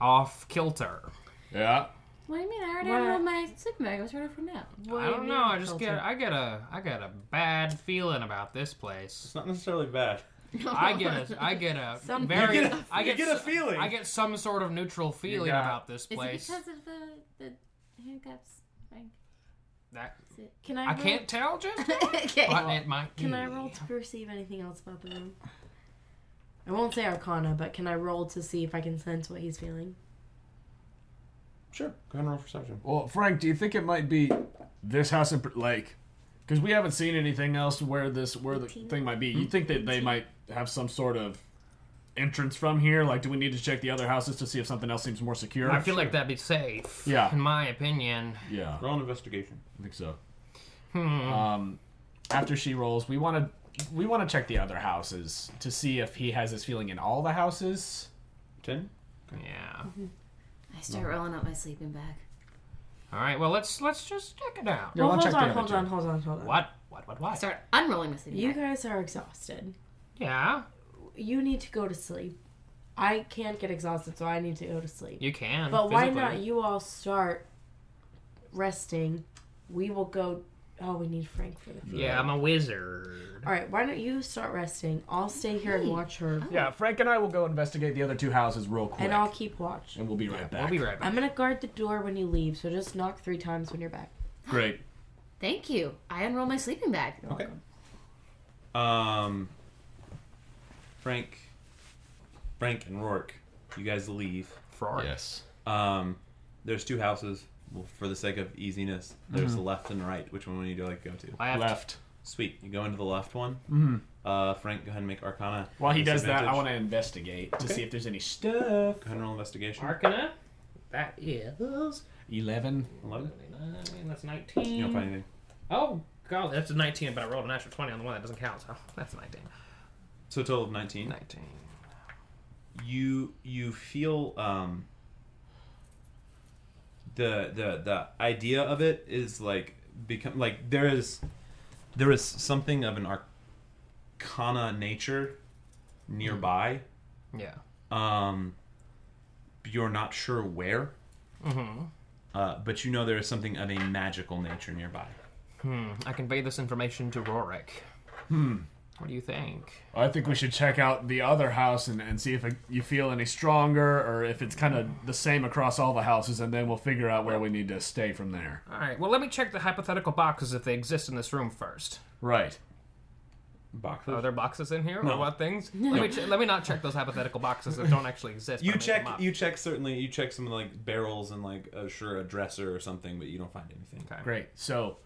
Speaker 4: off kilter.
Speaker 8: Yeah.
Speaker 7: What do you mean? I already
Speaker 9: What?
Speaker 7: rolled my sleeping bag. I was ready for now.
Speaker 4: I don't know. I just get I get a I get a bad feeling about this place.
Speaker 6: It's not necessarily bad.
Speaker 4: I get a I get a
Speaker 9: Some-
Speaker 4: very
Speaker 6: You get a-
Speaker 4: I
Speaker 6: you
Speaker 4: get,
Speaker 6: get a
Speaker 4: s-
Speaker 6: feeling.
Speaker 4: I get some sort of neutral feeling
Speaker 8: got-
Speaker 4: about this
Speaker 7: Is
Speaker 4: place.
Speaker 7: it because of the the handcuffs? Frank?
Speaker 4: that,
Speaker 9: Can I?
Speaker 4: I
Speaker 9: roll-
Speaker 4: can't tell just yet,
Speaker 7: okay.
Speaker 4: but it might
Speaker 9: Can
Speaker 4: be.
Speaker 9: I roll to perceive anything else about the room? I won't say Arcana, but can I roll to see if I can sense what he's feeling?
Speaker 6: Sure, go ahead and roll perception.
Speaker 8: Well, Frank, do you think it might be this house in pr- like? Because we haven't seen anything else where this where the thing might be. You think that
Speaker 4: Hmm?
Speaker 8: they might have some sort of entrance from here? Like, do we need to check the other houses to see if something else seems more secure?
Speaker 4: I feel like that'd be safe.
Speaker 8: Yeah.
Speaker 4: In my opinion.
Speaker 8: Yeah,
Speaker 6: Roll an investigation.
Speaker 8: I think so. Um, after she rolls, we want to we want to check the other houses to see if he has this feeling in all the houses.
Speaker 6: Ten?
Speaker 4: Yeah.
Speaker 9: Mm-hmm.
Speaker 7: I start rolling out my sleeping bag.
Speaker 4: Alright, well let's let's just check it out.
Speaker 8: Yeah,
Speaker 9: well,
Speaker 8: we'll
Speaker 9: hold
Speaker 8: check the
Speaker 9: on,
Speaker 8: other
Speaker 9: hold
Speaker 8: two.
Speaker 9: on, hold on, hold on.
Speaker 4: What? What what
Speaker 7: I
Speaker 4: what?
Speaker 7: start unrolling my sleeping
Speaker 9: You
Speaker 7: bag.
Speaker 9: guys are exhausted.
Speaker 4: Yeah.
Speaker 9: You need to go to sleep. I can't get exhausted, so I need to go to sleep.
Speaker 4: You can.
Speaker 9: but why
Speaker 4: physically.
Speaker 9: not? You all start resting. We will go. Oh, we need Frank for the
Speaker 8: Mm-hmm.
Speaker 9: feed.
Speaker 4: Yeah, I'm a wizard.
Speaker 9: All right, why don't you start resting? I'll stay here and watch her,
Speaker 8: Yeah, Frank and I will go investigate the other two houses real quick,
Speaker 9: and I'll keep watch.
Speaker 8: and we'll be right
Speaker 4: We'll
Speaker 8: back.
Speaker 4: be right back.
Speaker 9: I'm gonna guard the door when you leave, so just knock three times when you're back.
Speaker 8: Great.
Speaker 7: Thank you. I unroll my sleeping bag.
Speaker 6: Okay. Um, Frank, Frank and Rourke, you guys leave.
Speaker 4: Frog.
Speaker 11: Yes.
Speaker 6: Um, there's two houses. Well, for the sake of easiness, there's
Speaker 4: Mm-hmm.
Speaker 6: the left and right. Which one would you like to go to?
Speaker 4: Left.
Speaker 8: Left.
Speaker 6: Sweet. You go into the left one. Uh, Frank, go ahead and make Arcana.
Speaker 8: Mm-hmm. While he does that, I
Speaker 6: Disadvantage.
Speaker 8: want to investigate to see if there's any stuff.
Speaker 6: Go ahead and roll investigation.
Speaker 10: Arcana. That is.
Speaker 11: 11.
Speaker 6: Eleven.
Speaker 10: That's
Speaker 6: You don't
Speaker 10: 19.
Speaker 6: find anything.
Speaker 10: Oh,
Speaker 4: God, that's a 19, but I rolled a natural 20 on the one that doesn't count, so that's a 19.
Speaker 6: So a total of nineteen.
Speaker 4: 19.
Speaker 6: you you feel um, the the the idea of it is like become like there is there is something of an arcana nature nearby.
Speaker 4: Yeah.
Speaker 6: Um, you're not sure where,
Speaker 4: Mm-hmm.
Speaker 6: uh, but you know there is something of a magical nature nearby.
Speaker 4: Hmm. I convey this information to Rorik.
Speaker 8: Hmm.
Speaker 4: What do you think?
Speaker 8: I think we should check out the other house and, and see if it, you feel any stronger or if it's kind of the same across all the houses, and then we'll figure out where we need to stay from there.
Speaker 4: All right. Well, let me check the hypothetical boxes if they exist in this room first.
Speaker 8: Right.
Speaker 6: Boxes.
Speaker 4: Are there boxes in here
Speaker 6: No.
Speaker 4: or what things?
Speaker 6: No.
Speaker 4: Let me che- let me not check those hypothetical boxes that don't actually exist.
Speaker 6: You
Speaker 4: but I made
Speaker 6: check.
Speaker 4: them up.
Speaker 6: You check. Certainly, you check some like barrels and like uh, sure a dresser or something, but you don't find anything.
Speaker 4: Okay.
Speaker 8: Great. So,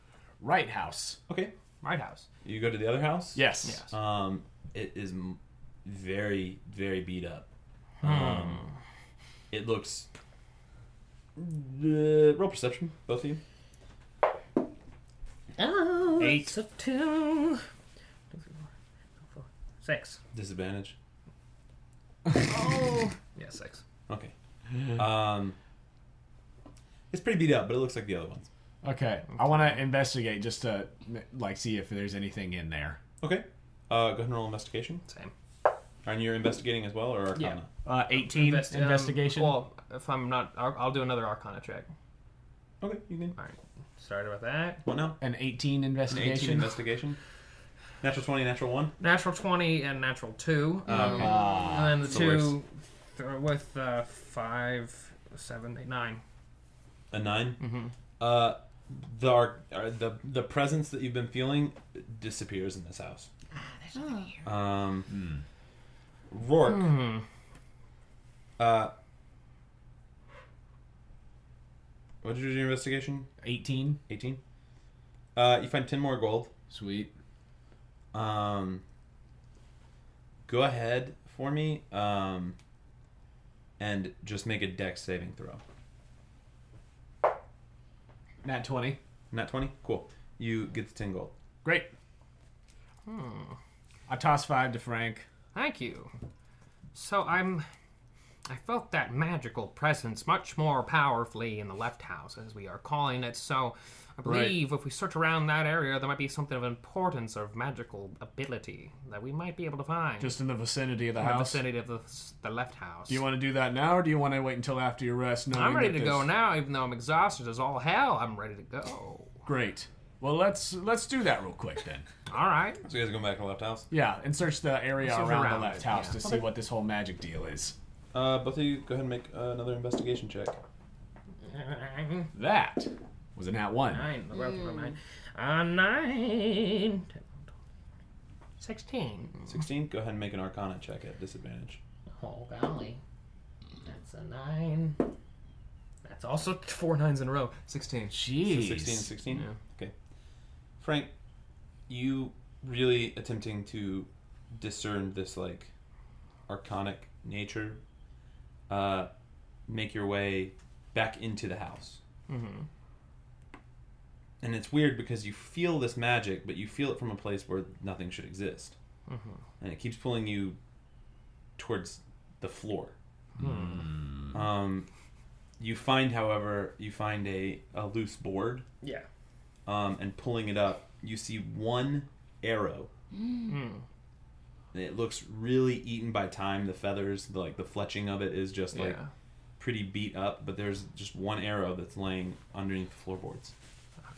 Speaker 8: right house.
Speaker 6: Okay.
Speaker 4: Right house.
Speaker 6: You go to the other house.
Speaker 8: Yes. Yes.
Speaker 6: Um, it is m- very, very beat up.
Speaker 4: Hmm.
Speaker 6: Um, it looks. Uh, roll perception, both of you.
Speaker 4: Oh,
Speaker 6: Eight.
Speaker 4: it's a two. Six.
Speaker 6: Disadvantage.
Speaker 4: Oh. yeah, six.
Speaker 6: Okay. Um, it's pretty beat up, but it looks like the other ones.
Speaker 8: Okay. I want to investigate just to like see if there's anything in there.
Speaker 6: Okay. Uh, go ahead and roll investigation.
Speaker 4: Same.
Speaker 6: And you're investigating as well, or Arcana?
Speaker 8: Uh, 18
Speaker 4: Invest- um,
Speaker 8: investigation.
Speaker 4: well, if I'm not, I'll, I'll do another Arcana check.
Speaker 6: Okay, you can.
Speaker 4: All right. Sorry about that.
Speaker 6: What now?
Speaker 8: an 18
Speaker 6: An 18
Speaker 8: investigation.
Speaker 6: investigation. Natural 20, natural 1.
Speaker 4: Natural twenty and natural two. Um,
Speaker 8: Ah,
Speaker 4: and then the
Speaker 6: it's the
Speaker 4: two th- with uh, five, seven, eight, nine.
Speaker 6: A 9. Uh, the, arc- uh, the the presence that you've been feeling disappears in this house. Um, Rourke. Uh, what did you do in your investigation?
Speaker 11: 18.
Speaker 6: 18. Uh, you find 10 more gold.
Speaker 11: Sweet.
Speaker 6: Um, go ahead for me um, and just make a dex saving throw.
Speaker 11: Nat 20.
Speaker 6: Not 20? Cool. You get the 10 gold.
Speaker 8: Great.
Speaker 4: Hmm.
Speaker 8: I toss five to Frank.
Speaker 4: Thank you. So I'm. I felt that magical presence much more powerfully in the left house, as we are calling it. So I believe if we search around that area, there might be something of importance or magical ability that we might be able to find.
Speaker 8: Just in the vicinity of the
Speaker 4: in the
Speaker 8: house.
Speaker 4: vicinity of the, the left house.
Speaker 8: Do you want to do that now, or do you want to wait until after your rest? knowing
Speaker 4: I'm ready
Speaker 8: that
Speaker 4: to go
Speaker 8: there's-
Speaker 4: now, even though I'm exhausted as all hell. I'm ready to go.
Speaker 8: Great. Well, let's let's do that real quick then.
Speaker 4: All right.
Speaker 6: So you guys are going back to the left house?
Speaker 8: Yeah, and search the area
Speaker 4: Search
Speaker 8: around,
Speaker 4: around
Speaker 8: the left
Speaker 4: it,
Speaker 8: house
Speaker 4: yeah.
Speaker 8: to see what this whole magic deal is.
Speaker 6: Uh, both of you go ahead and make uh, another investigation check.
Speaker 4: Nine.
Speaker 8: That was a nat one.
Speaker 4: Nine. Well, nine. Uh, nine. Sixteen.
Speaker 6: 16, go ahead and make an arcana check at disadvantage.
Speaker 4: Oh golly. That's a nine. That's also four nines in a row. Sixteen.
Speaker 6: So
Speaker 8: Jeez.
Speaker 6: 16 and 16?
Speaker 4: Yeah.
Speaker 6: Okay. Frank, you really attempting to discern this, like, arcanic nature, uh, make your way back into the house.
Speaker 4: Mm-hmm.
Speaker 6: And it's weird because you feel this magic, but you feel it from a place where nothing should exist.
Speaker 4: Mm-hmm.
Speaker 6: And it keeps pulling you towards the floor.
Speaker 4: Hmm.
Speaker 6: Um, you find, however, you find a, a loose board
Speaker 4: Yeah.
Speaker 6: um, and pulling it up, you see one arrow.
Speaker 4: Mm.
Speaker 6: And It looks really eaten by time. The feathers, the, like the fletching of it, is just like
Speaker 4: Yeah.
Speaker 6: pretty beat up. But there's just one arrow that's laying underneath the floorboards.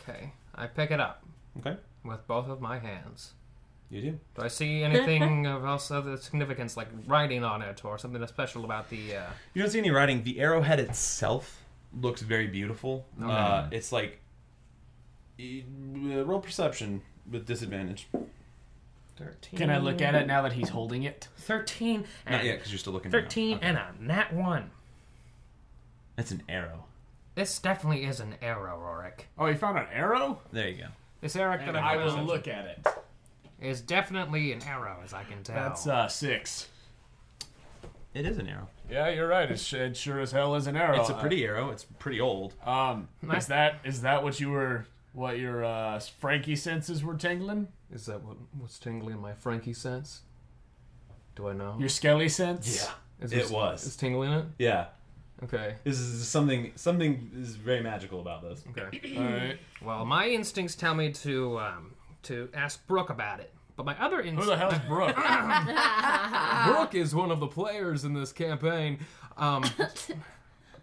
Speaker 4: Okay. I pick it up
Speaker 6: Okay,
Speaker 4: with both of my hands.
Speaker 6: you do.
Speaker 4: Do I see anything of else other significance, like writing on it or something special about the? Uh...
Speaker 6: You don't see any writing. The arrowhead itself looks very beautiful. Uh, it's like eh, roll perception with disadvantage.
Speaker 4: Thirteen.
Speaker 8: Can I look at it now that he's holding it?
Speaker 4: Thirteen. And
Speaker 6: Not yet, because you're still looking. around.
Speaker 4: Thirteen
Speaker 6: Okay.
Speaker 4: and a nat one.
Speaker 6: That's an arrow.
Speaker 4: This definitely is an arrow, Rorik.
Speaker 8: Oh, he found an arrow.
Speaker 6: There you go.
Speaker 4: This Eric that
Speaker 8: I
Speaker 4: I
Speaker 8: will
Speaker 4: found
Speaker 8: look at it.
Speaker 4: is definitely an arrow, as I can tell.
Speaker 8: That's uh six.
Speaker 6: It is an arrow.
Speaker 8: Yeah, you're right. It, sh- it sure as hell is an arrow.
Speaker 6: It's a pretty arrow. It's pretty old.
Speaker 8: Um,
Speaker 4: Nice.
Speaker 8: is that is that what you were? What your uh, Frankie senses were tingling?
Speaker 4: Is that what, what's tingling in my Frankie sense? Do I know?
Speaker 8: Your Skelly sense?
Speaker 6: Yeah. It
Speaker 11: there's-
Speaker 6: was.
Speaker 11: Is tingle in it?
Speaker 6: Yeah.
Speaker 11: Okay.
Speaker 6: This is something. Something is very magical about this.
Speaker 11: Okay. Alright.
Speaker 4: Well, my instincts tell me to um, to ask Brooke about it, but my other
Speaker 11: Who
Speaker 4: instincts.
Speaker 11: the hell's Brooke? Brooke is one of the players in this campaign. Um,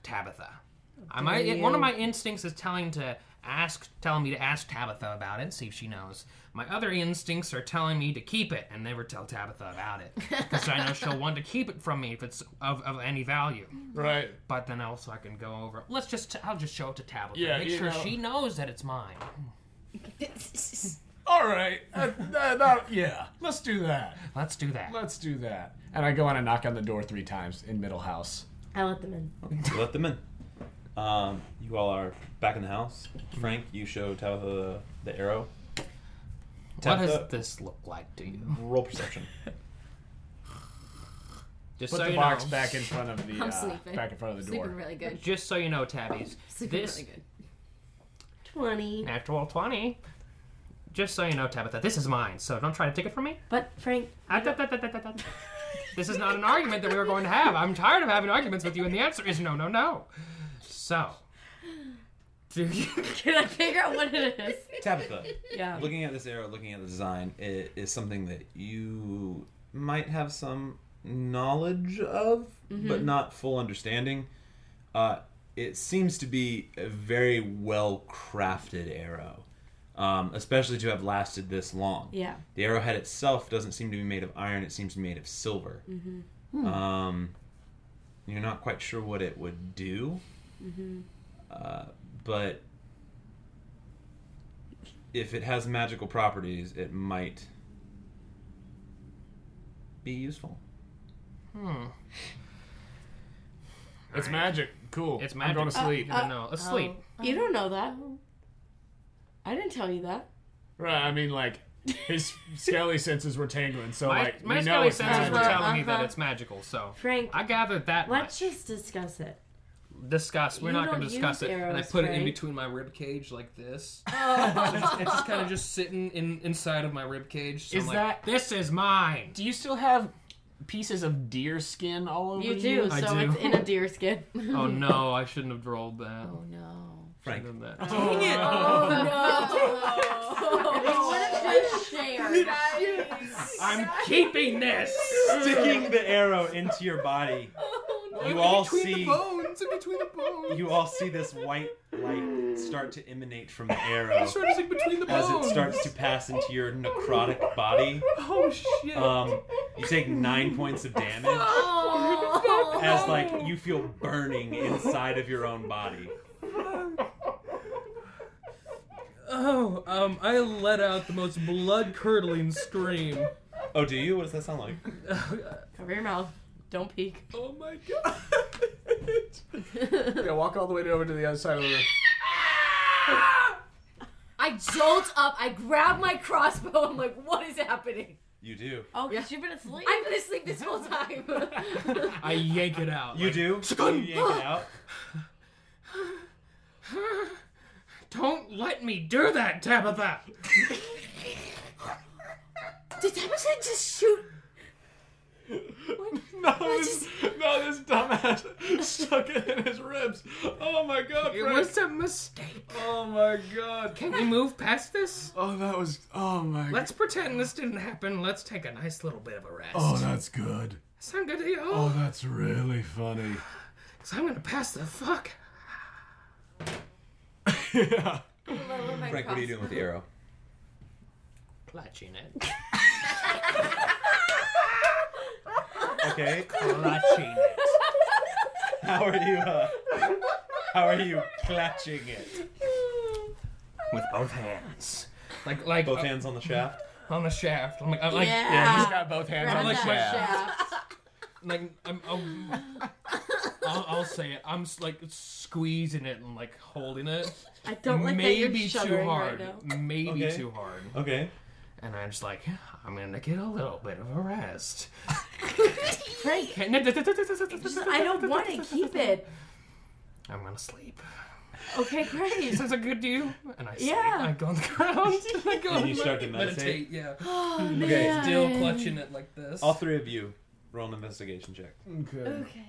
Speaker 4: Tabitha. I might,
Speaker 11: Damn.
Speaker 4: one of my instincts is telling to ask, telling me to ask Tabitha about it, see if she knows. My other instincts are telling me to keep it and never tell Tabitha about it because I know she'll want to keep it from me if it's of, of any value.
Speaker 11: Right.
Speaker 4: But then also I can go over. Let's just, I'll just show it to Tabitha.
Speaker 11: Yeah,
Speaker 4: make
Speaker 11: you
Speaker 4: sure
Speaker 11: know.
Speaker 4: she knows that it's mine.
Speaker 8: All right. Uh, uh, that- yeah. Let's do that.
Speaker 4: Let's do that.
Speaker 8: Let's do that. And I go in and knock on the door three times in middle house.
Speaker 3: I let them in.
Speaker 6: You let them in. Um, you all are back in the house. Frank, you show Tabitha the, the arrow.
Speaker 4: What does this look like to you?
Speaker 6: Roll perception.
Speaker 4: Just
Speaker 8: Put
Speaker 4: so
Speaker 8: the
Speaker 4: you
Speaker 8: box
Speaker 4: know.
Speaker 8: back in front of the
Speaker 7: I'm
Speaker 8: uh,
Speaker 7: sleeping.
Speaker 8: back in front of the door.
Speaker 7: Sleeping really good.
Speaker 4: Just so you know, Tabbies,
Speaker 7: Sleeping
Speaker 4: this
Speaker 7: really good.
Speaker 9: 20.
Speaker 4: natural 20. Just so you know, Tabitha, this is mine, so don't try to take it from me.
Speaker 9: But, Frank,
Speaker 4: Ah, da, da, da, da, da, da. This is not an argument that we were going to have. I'm tired of having arguments with you, and the answer is no, no, no. So, do you,
Speaker 9: can I figure out what it is?
Speaker 6: Tabitha.
Speaker 9: Yeah.
Speaker 6: Looking at this arrow, looking at the design, it is something that you might have some knowledge of, but
Speaker 11: Mhm.
Speaker 9: Mm-hmm.
Speaker 6: not full understanding. Uh, it seems to be a very well crafted arrow, um, especially to have lasted this long.
Speaker 9: Yeah.
Speaker 6: The arrowhead itself doesn't seem to be made of iron, it seems to be made of silver.
Speaker 9: Mm-hmm.
Speaker 6: Um, you're not quite sure what it would do,
Speaker 9: Mm-hmm.
Speaker 6: uh, but if it has magical properties, it might be useful.
Speaker 4: hmm.
Speaker 8: It's magic. Cool.
Speaker 4: It's
Speaker 8: I'm going
Speaker 4: magic.
Speaker 8: to
Speaker 4: Uh,
Speaker 8: sleep.
Speaker 4: uh, No, no, asleep.
Speaker 9: You don't know that. I didn't tell you that.
Speaker 8: Right. I mean, like his scaly senses were tingling, so
Speaker 4: my
Speaker 8: like
Speaker 4: my
Speaker 8: we know
Speaker 4: scaly
Speaker 8: it's
Speaker 4: senses
Speaker 8: magic.
Speaker 4: were telling me that
Speaker 9: Uh-huh.
Speaker 4: it's magical, so
Speaker 9: Frank,
Speaker 4: I gathered that.
Speaker 9: let's just discuss it.
Speaker 4: Discuss. We're
Speaker 9: You
Speaker 4: not going to
Speaker 9: don't
Speaker 4: discuss
Speaker 9: use
Speaker 4: it.
Speaker 9: arrows,
Speaker 4: and I put it in
Speaker 9: right?
Speaker 4: between my rib cage like this.
Speaker 9: Oh.
Speaker 4: So it's, it's just kind of just sitting in inside of my rib cage. So
Speaker 11: Is
Speaker 4: I'm like,
Speaker 11: that-
Speaker 4: this is mine?
Speaker 11: Do you still have pieces of deer skin all over you?
Speaker 9: You do,
Speaker 4: I
Speaker 9: so
Speaker 4: do.
Speaker 9: it's in a deer skin.
Speaker 4: Oh no, I shouldn't have rolled that. Oh
Speaker 7: no.
Speaker 6: Frank.
Speaker 4: That.
Speaker 9: Dang it. Oh, no.
Speaker 4: I'm keeping this.
Speaker 6: Sticking the arrow into your body. You all see
Speaker 4: bones, in between the bones.
Speaker 6: you all see this white light start to emanate from the arrow
Speaker 4: It's sort of like between the
Speaker 6: as it
Speaker 4: bones.
Speaker 6: starts to pass into your necrotic body.
Speaker 4: Oh shit.
Speaker 6: Um, you take nine points of damage as like you feel burning inside of your own body.
Speaker 11: Oh, um, I let out the most blood curdling scream.
Speaker 6: Oh, do you? What does that sound like?
Speaker 9: Cover your mouth. Don't peek.
Speaker 11: Oh my
Speaker 8: yeah, walk all the way over to the other side of the room.
Speaker 7: I jolt up. I grab my crossbow. I'm like, what is happening?
Speaker 6: You do.
Speaker 9: Oh, because you've been asleep.
Speaker 7: I've been asleep this whole time.
Speaker 4: I yank it out.
Speaker 6: You do. You yank it out.
Speaker 4: Don't let me do that, Tabitha.
Speaker 7: Did Tabitha just shoot?
Speaker 8: No, this, no, this dumbass stuck it in his ribs. Oh my god,
Speaker 4: It
Speaker 8: Frank.
Speaker 4: was a mistake.
Speaker 8: Oh my god.
Speaker 4: Can we move past this?
Speaker 8: Oh, that was. Oh my.
Speaker 4: Let's pretend this didn't happen. Let's take a nice little bit of a rest.
Speaker 8: Oh, that's good.
Speaker 4: sound good to you?
Speaker 8: Oh, that's really funny.
Speaker 4: Cause I'm gonna pass the fuck.
Speaker 8: yeah.
Speaker 6: Frank, what are you doing with the arrow?
Speaker 4: Clutching it.
Speaker 6: Okay.
Speaker 4: Clutching it.
Speaker 6: How are you? Uh, how are you clutching it?
Speaker 4: with both hands. Like like
Speaker 6: Both
Speaker 4: uh,
Speaker 6: hands on the shaft.
Speaker 4: on the shaft. I'm like I'm like
Speaker 9: Yeah.
Speaker 4: yeah,
Speaker 8: He's got both hands
Speaker 9: Grab
Speaker 8: on the
Speaker 9: that
Speaker 8: shaft.
Speaker 9: shaft.
Speaker 4: like I'm, I'm I'll, I'll say it. I'm s- like squeezing it and like holding it.
Speaker 9: I don't like that
Speaker 4: maybe
Speaker 9: you're
Speaker 4: too
Speaker 9: shuddering
Speaker 4: hard.
Speaker 9: right now.
Speaker 4: Maybe
Speaker 6: Okay.
Speaker 4: too hard.
Speaker 6: Okay.
Speaker 4: And I'm just like I'm gonna get a little bit of a rest.
Speaker 9: Frank,
Speaker 4: Can-
Speaker 9: just- I don't want to keep it.
Speaker 4: I'm gonna sleep.
Speaker 9: Okay, great.
Speaker 4: Sounds like good to you. And I sleep.
Speaker 9: Yeah.
Speaker 4: I go on the ground. I go
Speaker 6: And you
Speaker 4: on
Speaker 6: start
Speaker 4: my-
Speaker 6: to meditate?
Speaker 4: Yeah.
Speaker 9: Oh,
Speaker 6: Okay.
Speaker 9: man.
Speaker 4: Still clutching it like this.
Speaker 6: All three of you Roll an investigation check.
Speaker 7: Okay.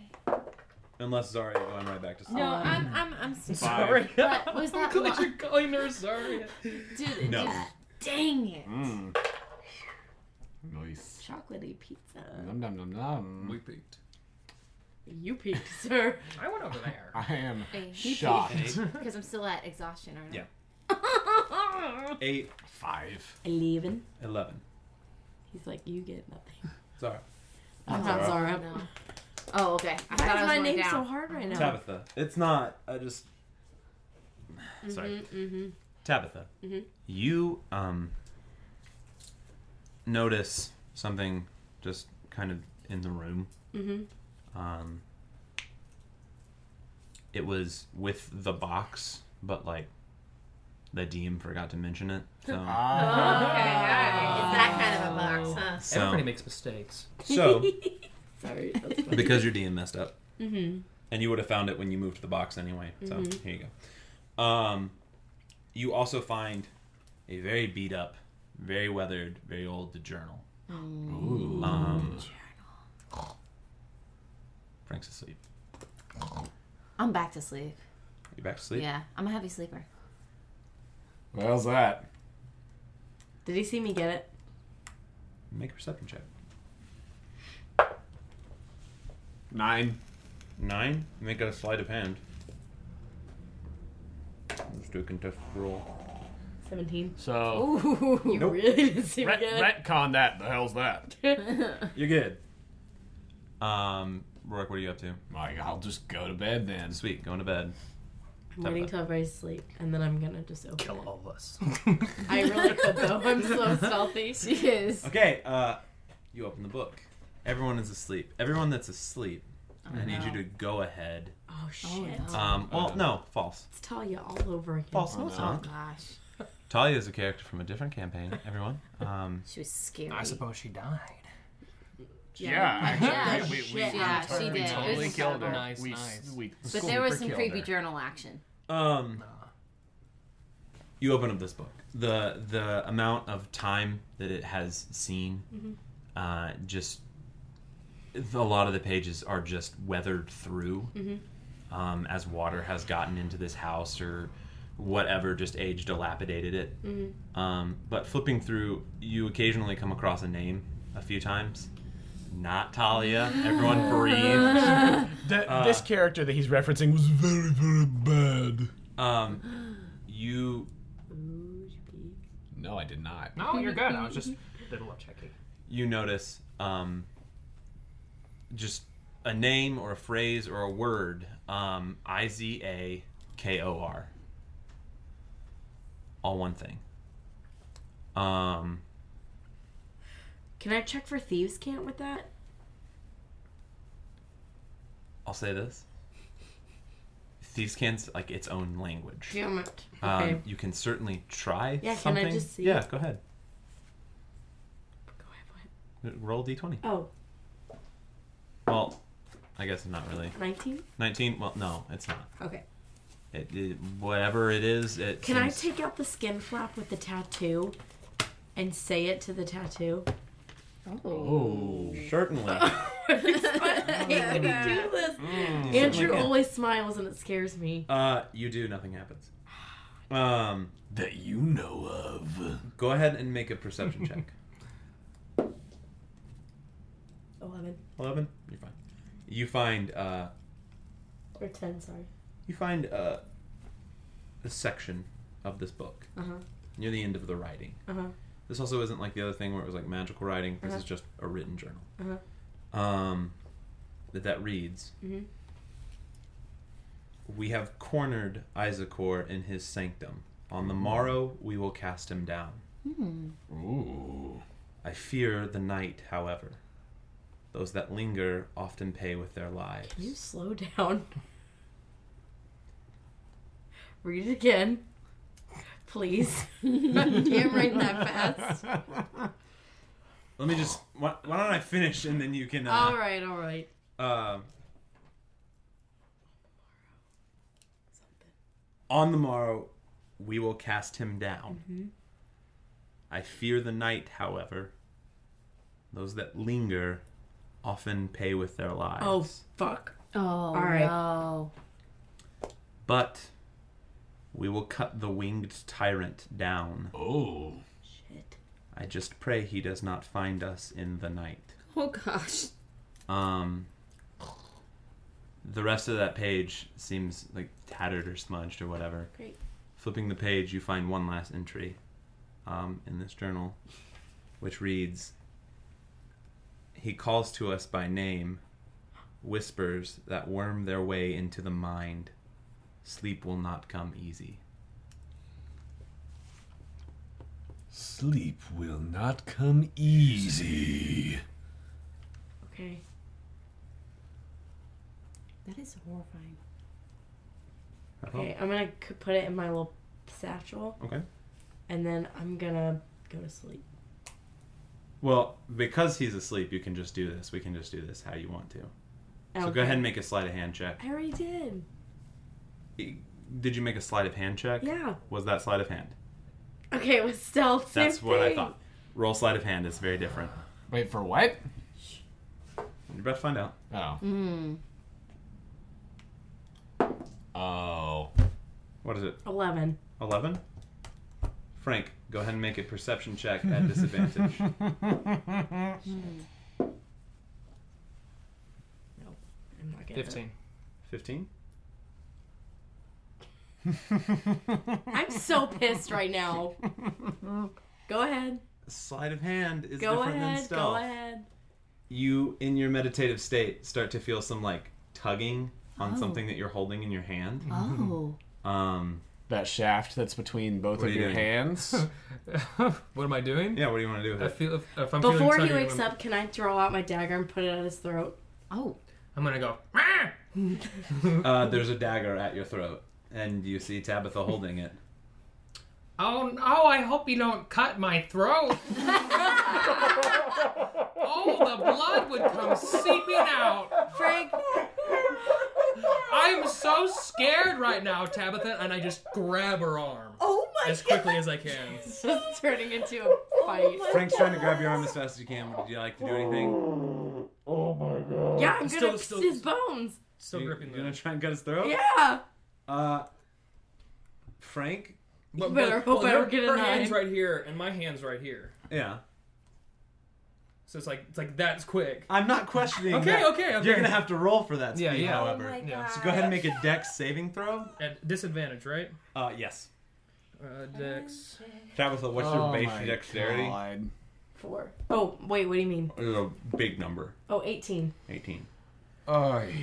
Speaker 6: Unless Zarya going right back to sleep.
Speaker 7: No, I'm, I'm, I'm
Speaker 6: Five.
Speaker 7: sorry. But was that
Speaker 11: glad
Speaker 7: luck?
Speaker 11: you're calling her Zarya.
Speaker 7: Dude,
Speaker 6: No.
Speaker 7: dude, dang it.
Speaker 8: Mm. Nice.
Speaker 9: Chocolatey pizza.
Speaker 8: Nom nom nom nom.
Speaker 11: We peaked.
Speaker 9: You peaked, sir.
Speaker 4: I went over there.
Speaker 8: I am
Speaker 7: Hey, he
Speaker 8: shocked.
Speaker 7: Because I'm still at exhaustion, aren't I?
Speaker 6: Yeah. Eight,
Speaker 8: Five.
Speaker 9: Eleven.
Speaker 6: eleven.
Speaker 9: He's like, you get nothing.
Speaker 6: Zara.
Speaker 9: I'm
Speaker 6: Zara.
Speaker 9: not Zara.
Speaker 7: No. Oh, okay. I
Speaker 9: Why
Speaker 7: thought I
Speaker 9: is
Speaker 7: was
Speaker 9: my
Speaker 7: going
Speaker 9: name
Speaker 7: down.
Speaker 9: so hard right now?
Speaker 6: Tabitha. It's not. I just. Sorry.
Speaker 9: Mm-hmm.
Speaker 6: Tabitha,
Speaker 7: Mm-hmm.
Speaker 9: Mhm.
Speaker 6: you um notice something just kind of in the room.
Speaker 9: Mm-hmm.
Speaker 6: Um, it was with the box, but like the DM forgot to mention it. So,
Speaker 7: Oh, alright. It's that kind of a box, huh?
Speaker 6: So-
Speaker 11: Everybody makes mistakes.
Speaker 6: so
Speaker 9: Sorry.
Speaker 6: because your DM messed up,
Speaker 9: Mm-hmm.
Speaker 6: and you would have found it when you moved the box anyway. So
Speaker 9: Mhm.
Speaker 6: here you go. Um, you also find a very beat up, very weathered, very old journal.
Speaker 8: Ooh.
Speaker 6: Um, Frank's asleep.
Speaker 7: I'm back to sleep.
Speaker 6: You back to sleep?
Speaker 7: Yeah, I'm a heavy sleeper.
Speaker 8: Well's that?
Speaker 9: Did he see me get it?
Speaker 6: Make a perception check.
Speaker 8: Nine.
Speaker 6: Nine. Make a sleight of hand. Let's do a contested roll.
Speaker 9: Seventeen.
Speaker 8: So
Speaker 9: Ooh, you
Speaker 6: Nope.
Speaker 9: really didn't see me
Speaker 8: ret-
Speaker 9: get
Speaker 8: retcon that. The hell's that?
Speaker 9: it.
Speaker 6: You're good. Um, Rourke, what are you up to?
Speaker 8: Like I'll just go to bed then.
Speaker 6: Sweet, going to bed.
Speaker 9: I'm waiting till everybody's asleep, and then I'm gonna just open.
Speaker 11: Kill
Speaker 9: it.
Speaker 11: all of us.
Speaker 9: I really could though. I'm so stealthy.
Speaker 7: She is.
Speaker 6: Okay, uh, you open the book. Everyone is asleep. Everyone that's asleep, I need you to go ahead.
Speaker 9: Oh shit!
Speaker 7: no.
Speaker 6: Um, well, no, false.
Speaker 9: It's Talia all over again.
Speaker 6: False, no,
Speaker 9: Oh,
Speaker 6: it's
Speaker 7: Oh
Speaker 6: not.
Speaker 7: gosh,
Speaker 6: Talia is a character from a different campaign, everyone. Um,
Speaker 7: she was scary.
Speaker 11: I suppose she died.
Speaker 8: Yeah,
Speaker 7: Yeah,
Speaker 8: actually,
Speaker 7: shit.
Speaker 8: we, we, we
Speaker 7: Yeah,
Speaker 8: totally-
Speaker 7: she
Speaker 8: we
Speaker 7: did. It
Speaker 8: totally
Speaker 7: was
Speaker 8: killed her.
Speaker 7: incredible.
Speaker 11: Nice,
Speaker 8: we,
Speaker 11: nice.
Speaker 8: we
Speaker 7: But there was some
Speaker 11: Super
Speaker 7: creepy
Speaker 11: killed her.
Speaker 7: journal action.
Speaker 6: um, you open up this book. The the amount of time that it has seen, uh, just a lot of the pages are just weathered through, um, as water has gotten into this house or whatever, just age dilapidated it. Um, but flipping through, you occasionally come across a name a few times. Not Talia. Everyone breathes.
Speaker 8: Th- this character that he's referencing was very, very bad.
Speaker 6: Um, you
Speaker 8: No, I did not.
Speaker 11: No, you're good. I was just did a little checking.
Speaker 6: you notice um, just a name or a phrase or a word um, I Z A K O R. All one thing. Um,
Speaker 9: Can I check for thieves' cant with that?
Speaker 6: I'll say this. Thieves can't like its own language.
Speaker 9: Damn it.
Speaker 6: Um,
Speaker 9: Okay.
Speaker 6: You can certainly try
Speaker 9: Yeah, can I
Speaker 6: something.
Speaker 9: just see?
Speaker 6: Yeah, go ahead.
Speaker 9: Go ahead, boy.
Speaker 6: Roll d20.
Speaker 9: Oh,
Speaker 6: Well, I guess not really.
Speaker 9: 19?
Speaker 6: 19? Well, no, it's not.
Speaker 9: Okay.
Speaker 6: It, it- whatever it is, it
Speaker 9: Can I
Speaker 6: seems-
Speaker 9: take out the skin flap with the tattoo and say it to the tattoo?
Speaker 8: Oh.
Speaker 6: Certainly.
Speaker 9: Can we do this?
Speaker 6: Mm,
Speaker 8: Mm.
Speaker 6: certainly
Speaker 9: Andrew
Speaker 6: can.
Speaker 9: always smiles and it scares me.
Speaker 6: Uh, you do. Nothing happens. Um,
Speaker 8: That you know of.
Speaker 6: go ahead and make a perception check.
Speaker 9: 11
Speaker 6: Eleven. You're fine. You find uh,
Speaker 9: or 10, sorry.
Speaker 6: you find uh, a section of this book
Speaker 9: Uh huh.
Speaker 6: near the end of the writing.
Speaker 9: Uh huh.
Speaker 6: This also isn't like the other thing where it was like magical writing. This is just a written journal. Um, that that reads.
Speaker 9: Mhm.
Speaker 6: We have cornered Isaacor in his sanctum. On the morrow, we will cast him down.
Speaker 8: Ooh.
Speaker 6: I fear the night, however. Those that linger often pay with their lives.
Speaker 9: Can you slow down? Read it again. Please. I can't write that fast.
Speaker 6: Let me just. Why, why don't I finish and then you can. Uh,
Speaker 9: All right, all right.
Speaker 6: uh, on the morrow, we will cast him down.
Speaker 9: Mm-hmm.
Speaker 6: I fear the night, however. Those that linger often pay with their lives.
Speaker 9: Oh fuck.
Speaker 2: Oh,
Speaker 9: All right.
Speaker 2: no.
Speaker 6: But we will cut the winged tyrant down.
Speaker 8: Oh.
Speaker 2: Shit.
Speaker 6: I just pray he does not find us in the night.
Speaker 2: Oh gosh.
Speaker 6: Um the rest of that page seems like tattered or smudged or whatever.
Speaker 9: Great.
Speaker 6: Flipping the page, you find one last entry um, in this journal, which reads He calls to us by name, whispers that worm their way into the mind. Sleep will not come easy.
Speaker 5: Sleep will not come easy.
Speaker 9: Okay.
Speaker 2: That is horrifying.
Speaker 6: Oh.
Speaker 9: Okay, I'm gonna c- put it in my little satchel.
Speaker 6: Okay.
Speaker 9: And then I'm gonna go to sleep.
Speaker 6: Well, because he's asleep, you can just do this. We can just do this how you want to. So
Speaker 9: Okay.
Speaker 6: go ahead and make a sleight of hand check.
Speaker 9: I already did.
Speaker 6: Did you make a sleight of hand check?
Speaker 9: Yeah.
Speaker 6: Was that sleight of hand?
Speaker 9: Okay, it was stealth. same
Speaker 6: That's what I
Speaker 9: thing.
Speaker 6: thought. Roll sleight of hand is very different.
Speaker 8: Wait for what?
Speaker 6: You're about to find out.
Speaker 8: Oh.
Speaker 2: Mm.
Speaker 8: Oh.
Speaker 6: What is it?
Speaker 9: Eleven.
Speaker 6: 11? Frank, go ahead and make a perception check at disadvantage.
Speaker 9: I'm not gonna.
Speaker 4: 15.
Speaker 6: 15?
Speaker 9: I'm so pissed right now. go ahead.
Speaker 6: Sleight of hand is
Speaker 9: go
Speaker 6: different than
Speaker 9: ahead.
Speaker 6: stealth.
Speaker 9: Go ahead.
Speaker 6: You, in your meditative state, start to feel some like tugging on
Speaker 2: Oh.
Speaker 6: something that you're holding in your hand.
Speaker 2: Oh.
Speaker 6: Um,
Speaker 8: That shaft that's between both
Speaker 6: What are
Speaker 8: of
Speaker 6: you
Speaker 8: your
Speaker 6: doing?
Speaker 8: hands.
Speaker 4: what am I doing?
Speaker 6: yeah, what do you want to do with
Speaker 4: I
Speaker 6: it?
Speaker 4: feel if, if I'm feeling
Speaker 9: Before he
Speaker 4: tugging,
Speaker 9: wakes
Speaker 4: I'm-
Speaker 9: up, can I draw out my dagger and put it at his throat?
Speaker 2: Oh.
Speaker 4: I'm gonna go.
Speaker 6: Uh, there's a dagger at your throat, and you see Tabitha holding it.
Speaker 4: Oh no! I hope you don't cut my throat. oh, the blood would come seeping out.
Speaker 9: Frank,
Speaker 4: I'm so scared right now, Tabitha, and I just grab her arm
Speaker 9: Oh my
Speaker 4: as quickly as I can.
Speaker 9: It's just turning into a fight.
Speaker 6: Frank's trying to grab your arm as fast as you can. Would you like to do anything?
Speaker 9: yeah, I'm
Speaker 4: Still-
Speaker 9: gonna
Speaker 4: still-
Speaker 9: his bones.
Speaker 4: Still
Speaker 6: You,
Speaker 4: gripping
Speaker 6: you gonna
Speaker 4: the.
Speaker 6: try and cut his throat?
Speaker 9: Yeah.
Speaker 6: Uh, Frank?
Speaker 4: But,
Speaker 9: better hope I
Speaker 4: her,
Speaker 9: don't get a
Speaker 4: her
Speaker 9: knife.
Speaker 4: hands right here, and my hands right here.
Speaker 6: Yeah.
Speaker 4: So it's like it's like that's quick.
Speaker 6: I'm not questioning
Speaker 4: Okay,
Speaker 6: that.
Speaker 4: okay, okay.
Speaker 6: You're gonna have to roll for that speed,
Speaker 4: Yeah, yeah.
Speaker 6: however.
Speaker 2: Oh my
Speaker 4: yeah.
Speaker 6: so go ahead and make a dex saving throw.
Speaker 4: At disadvantage, right?
Speaker 6: Uh, yes.
Speaker 4: Uh, Dex.
Speaker 6: Tabitha, what's your
Speaker 8: Oh
Speaker 6: base
Speaker 8: my
Speaker 6: dexterity?
Speaker 8: God.
Speaker 9: Four. Oh wait, what do you mean?
Speaker 6: It's a big number.
Speaker 9: Oh, 18.
Speaker 6: 18.
Speaker 8: Oy.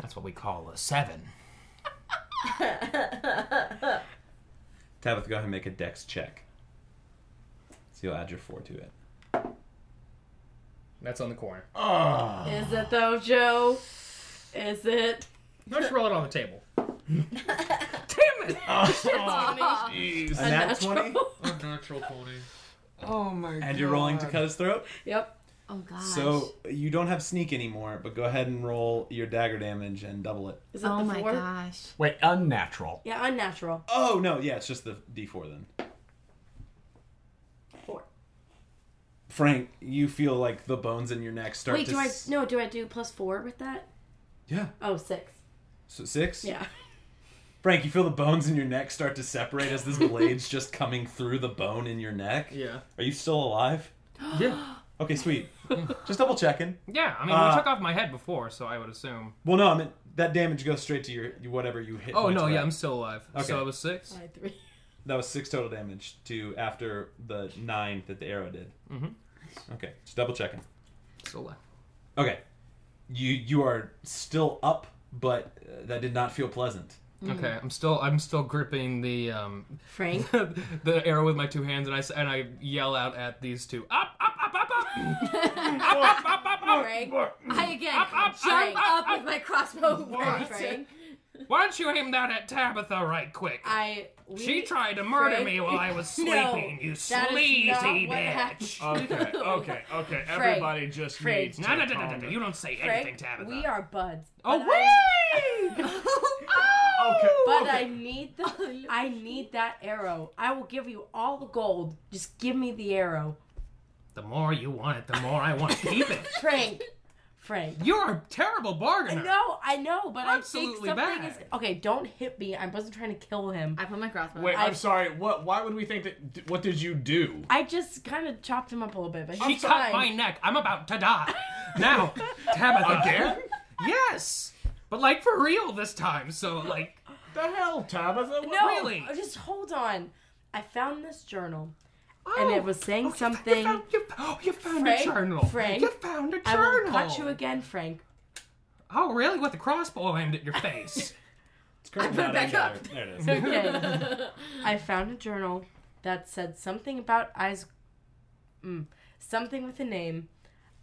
Speaker 4: That's what we call a seven.
Speaker 6: Tabitha, go ahead and make a dex check. So you'll add your 4 to it.
Speaker 4: That's on the corner.
Speaker 9: Is it though, Joe? Is it?
Speaker 4: No, just roll it on the table.
Speaker 6: A nat 20?
Speaker 4: Natural twenty.
Speaker 8: Oh my god.
Speaker 6: And you're rolling to cut his throat?
Speaker 9: Yep.
Speaker 2: Oh gosh.
Speaker 6: So you don't have sneak anymore, but go ahead and roll your dagger damage and double it.
Speaker 9: Is it
Speaker 2: Oh
Speaker 9: the
Speaker 2: my
Speaker 9: four?
Speaker 2: gosh.
Speaker 8: Wait, unnatural.
Speaker 9: Yeah, unnatural.
Speaker 6: Oh no, yeah, it's just the D4 then.
Speaker 9: Four.
Speaker 6: Frank, you feel like the bones in your neck start
Speaker 9: Wait,
Speaker 6: to
Speaker 9: do I
Speaker 6: s-
Speaker 9: no? Do I do plus four with that?
Speaker 6: Yeah.
Speaker 9: Oh, six.
Speaker 6: So 6?
Speaker 9: Yeah.
Speaker 6: Frank, you feel the bones in your neck start to separate as this blade's just coming through the bone in your neck.
Speaker 4: Yeah.
Speaker 6: Are you still alive?
Speaker 4: Yeah.
Speaker 6: Okay, sweet. just double checking.
Speaker 4: Yeah. I mean,
Speaker 6: Uh,
Speaker 4: we took off my head before, so I would assume.
Speaker 6: Well, no, I mean that damage goes straight to your you- whatever you hit.
Speaker 4: Oh
Speaker 6: points
Speaker 4: no,
Speaker 6: were
Speaker 4: yeah,
Speaker 6: at.
Speaker 4: I'm still alive.
Speaker 6: Okay.
Speaker 4: So I was six.
Speaker 9: Five, three.
Speaker 6: that was six total damage to after the nine that the arrow did.
Speaker 4: Mhm.
Speaker 6: Okay, just double checking.
Speaker 4: Still alive.
Speaker 6: Okay, you you are still up, but uh, that did not feel pleasant.
Speaker 9: Mm.
Speaker 4: Okay, I'm still I'm still gripping the um
Speaker 9: Frank.
Speaker 4: the arrow with my two hands, and I s- and I yell out at these two up up up up up up up up up.
Speaker 2: Frank. I again
Speaker 4: up,
Speaker 2: jump
Speaker 4: up,
Speaker 2: up, with my crossbow. Frank.
Speaker 9: Frank.
Speaker 4: Why don't you aim that at Tabitha right quick?
Speaker 9: I. We,
Speaker 4: she tried to murder
Speaker 9: Frank.
Speaker 4: me while I was
Speaker 9: No,
Speaker 4: sleeping. you
Speaker 9: that
Speaker 4: sleazy
Speaker 9: is not what
Speaker 4: bitch. Oh,
Speaker 9: happened.
Speaker 8: Okay, okay, okay. Everybody just
Speaker 9: Frank.
Speaker 8: needs to
Speaker 4: No, no, no, no,
Speaker 8: calm
Speaker 4: no,
Speaker 8: down.
Speaker 4: You don't say anything,
Speaker 9: Frank,
Speaker 4: Tabitha.
Speaker 9: we are buds.
Speaker 4: Oh
Speaker 9: but I-
Speaker 4: wait!
Speaker 8: Okay.
Speaker 9: But I need the, I need that arrow. I will give you all the gold. Just give me the arrow.
Speaker 4: The more you want it, the more I want to keep it.
Speaker 11: Frank. Frank.
Speaker 4: You're a terrible bargainer.
Speaker 11: No, I know, but
Speaker 4: Absolutely
Speaker 11: I think something
Speaker 4: bad.
Speaker 11: is okay. Don't hit me. I wasn't trying to kill him. I
Speaker 7: put my crossbow.
Speaker 5: Wait, I'm sorry. What? Why would we think that? What did you do?
Speaker 11: I just kind of chopped him up a little bit, but
Speaker 4: She
Speaker 11: he's
Speaker 4: cut
Speaker 11: fine.
Speaker 4: my neck. I'm about to die. Now, Tabitha.
Speaker 5: Again?
Speaker 4: Yes. But like for real this time. So like
Speaker 5: the hell, Tabitha?
Speaker 11: no, uh,
Speaker 4: really?
Speaker 11: just hold on. I found this journal, and it was saying something. You found,
Speaker 4: oh, you found
Speaker 11: Frank,
Speaker 4: a journal.
Speaker 11: Frank,
Speaker 4: You found a journal.
Speaker 11: I will cut you again, Frank.
Speaker 4: Oh, really? With a crossbow aimed at your face.
Speaker 11: I put it back up.
Speaker 5: There it
Speaker 11: It's okay. I found a journal that said something about eyes, mm, something with a name,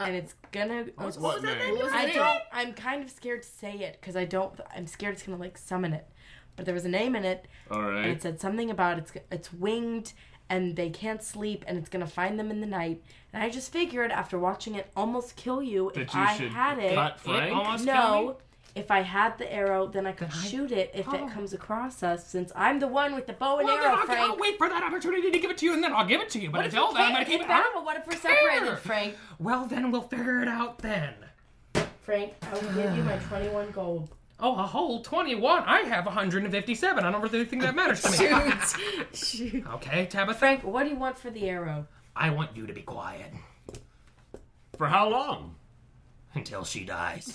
Speaker 11: and it's gonna.
Speaker 5: Uh,
Speaker 11: oh,
Speaker 5: What was- what was that What name? name? What was the
Speaker 11: I
Speaker 5: name?
Speaker 11: don't. I'm kind of scared to say it because I don't. I'm scared it's gonna like summon it. But there was a name in it,
Speaker 5: All
Speaker 11: and it said something about it's it's winged and they can't sleep and it's gonna find them in the night. And I just figured after watching it almost kill you if
Speaker 5: That you
Speaker 11: I
Speaker 5: should
Speaker 11: had it.
Speaker 5: cut It Frank? almost
Speaker 11: no.
Speaker 5: kill me?
Speaker 11: If I had the arrow, then I could shoot it if
Speaker 4: Oh.
Speaker 11: it comes across us, since I'm the one with the bow and
Speaker 4: Well, then
Speaker 11: arrow,
Speaker 4: I'll,
Speaker 11: Frank.
Speaker 4: I'll wait for that opportunity to give it to you, and then I'll give it to you. But
Speaker 11: What if
Speaker 4: until
Speaker 11: we
Speaker 4: then, I'm
Speaker 11: can't
Speaker 4: gonna keep
Speaker 11: get
Speaker 4: it. I'm
Speaker 11: battle? What if we're separated,
Speaker 4: here.
Speaker 11: Frank?
Speaker 4: Well, then we'll figure it out then.
Speaker 11: Frank, I will give you my 21 gold.
Speaker 4: Oh, a whole 21. I have 157. I don't really think that matters to me.
Speaker 11: Shoot. Shoot.
Speaker 4: Okay, Tabitha.
Speaker 11: Frank, what do you want for the arrow?
Speaker 4: I want you to be quiet.
Speaker 5: For how long?
Speaker 4: Until she dies.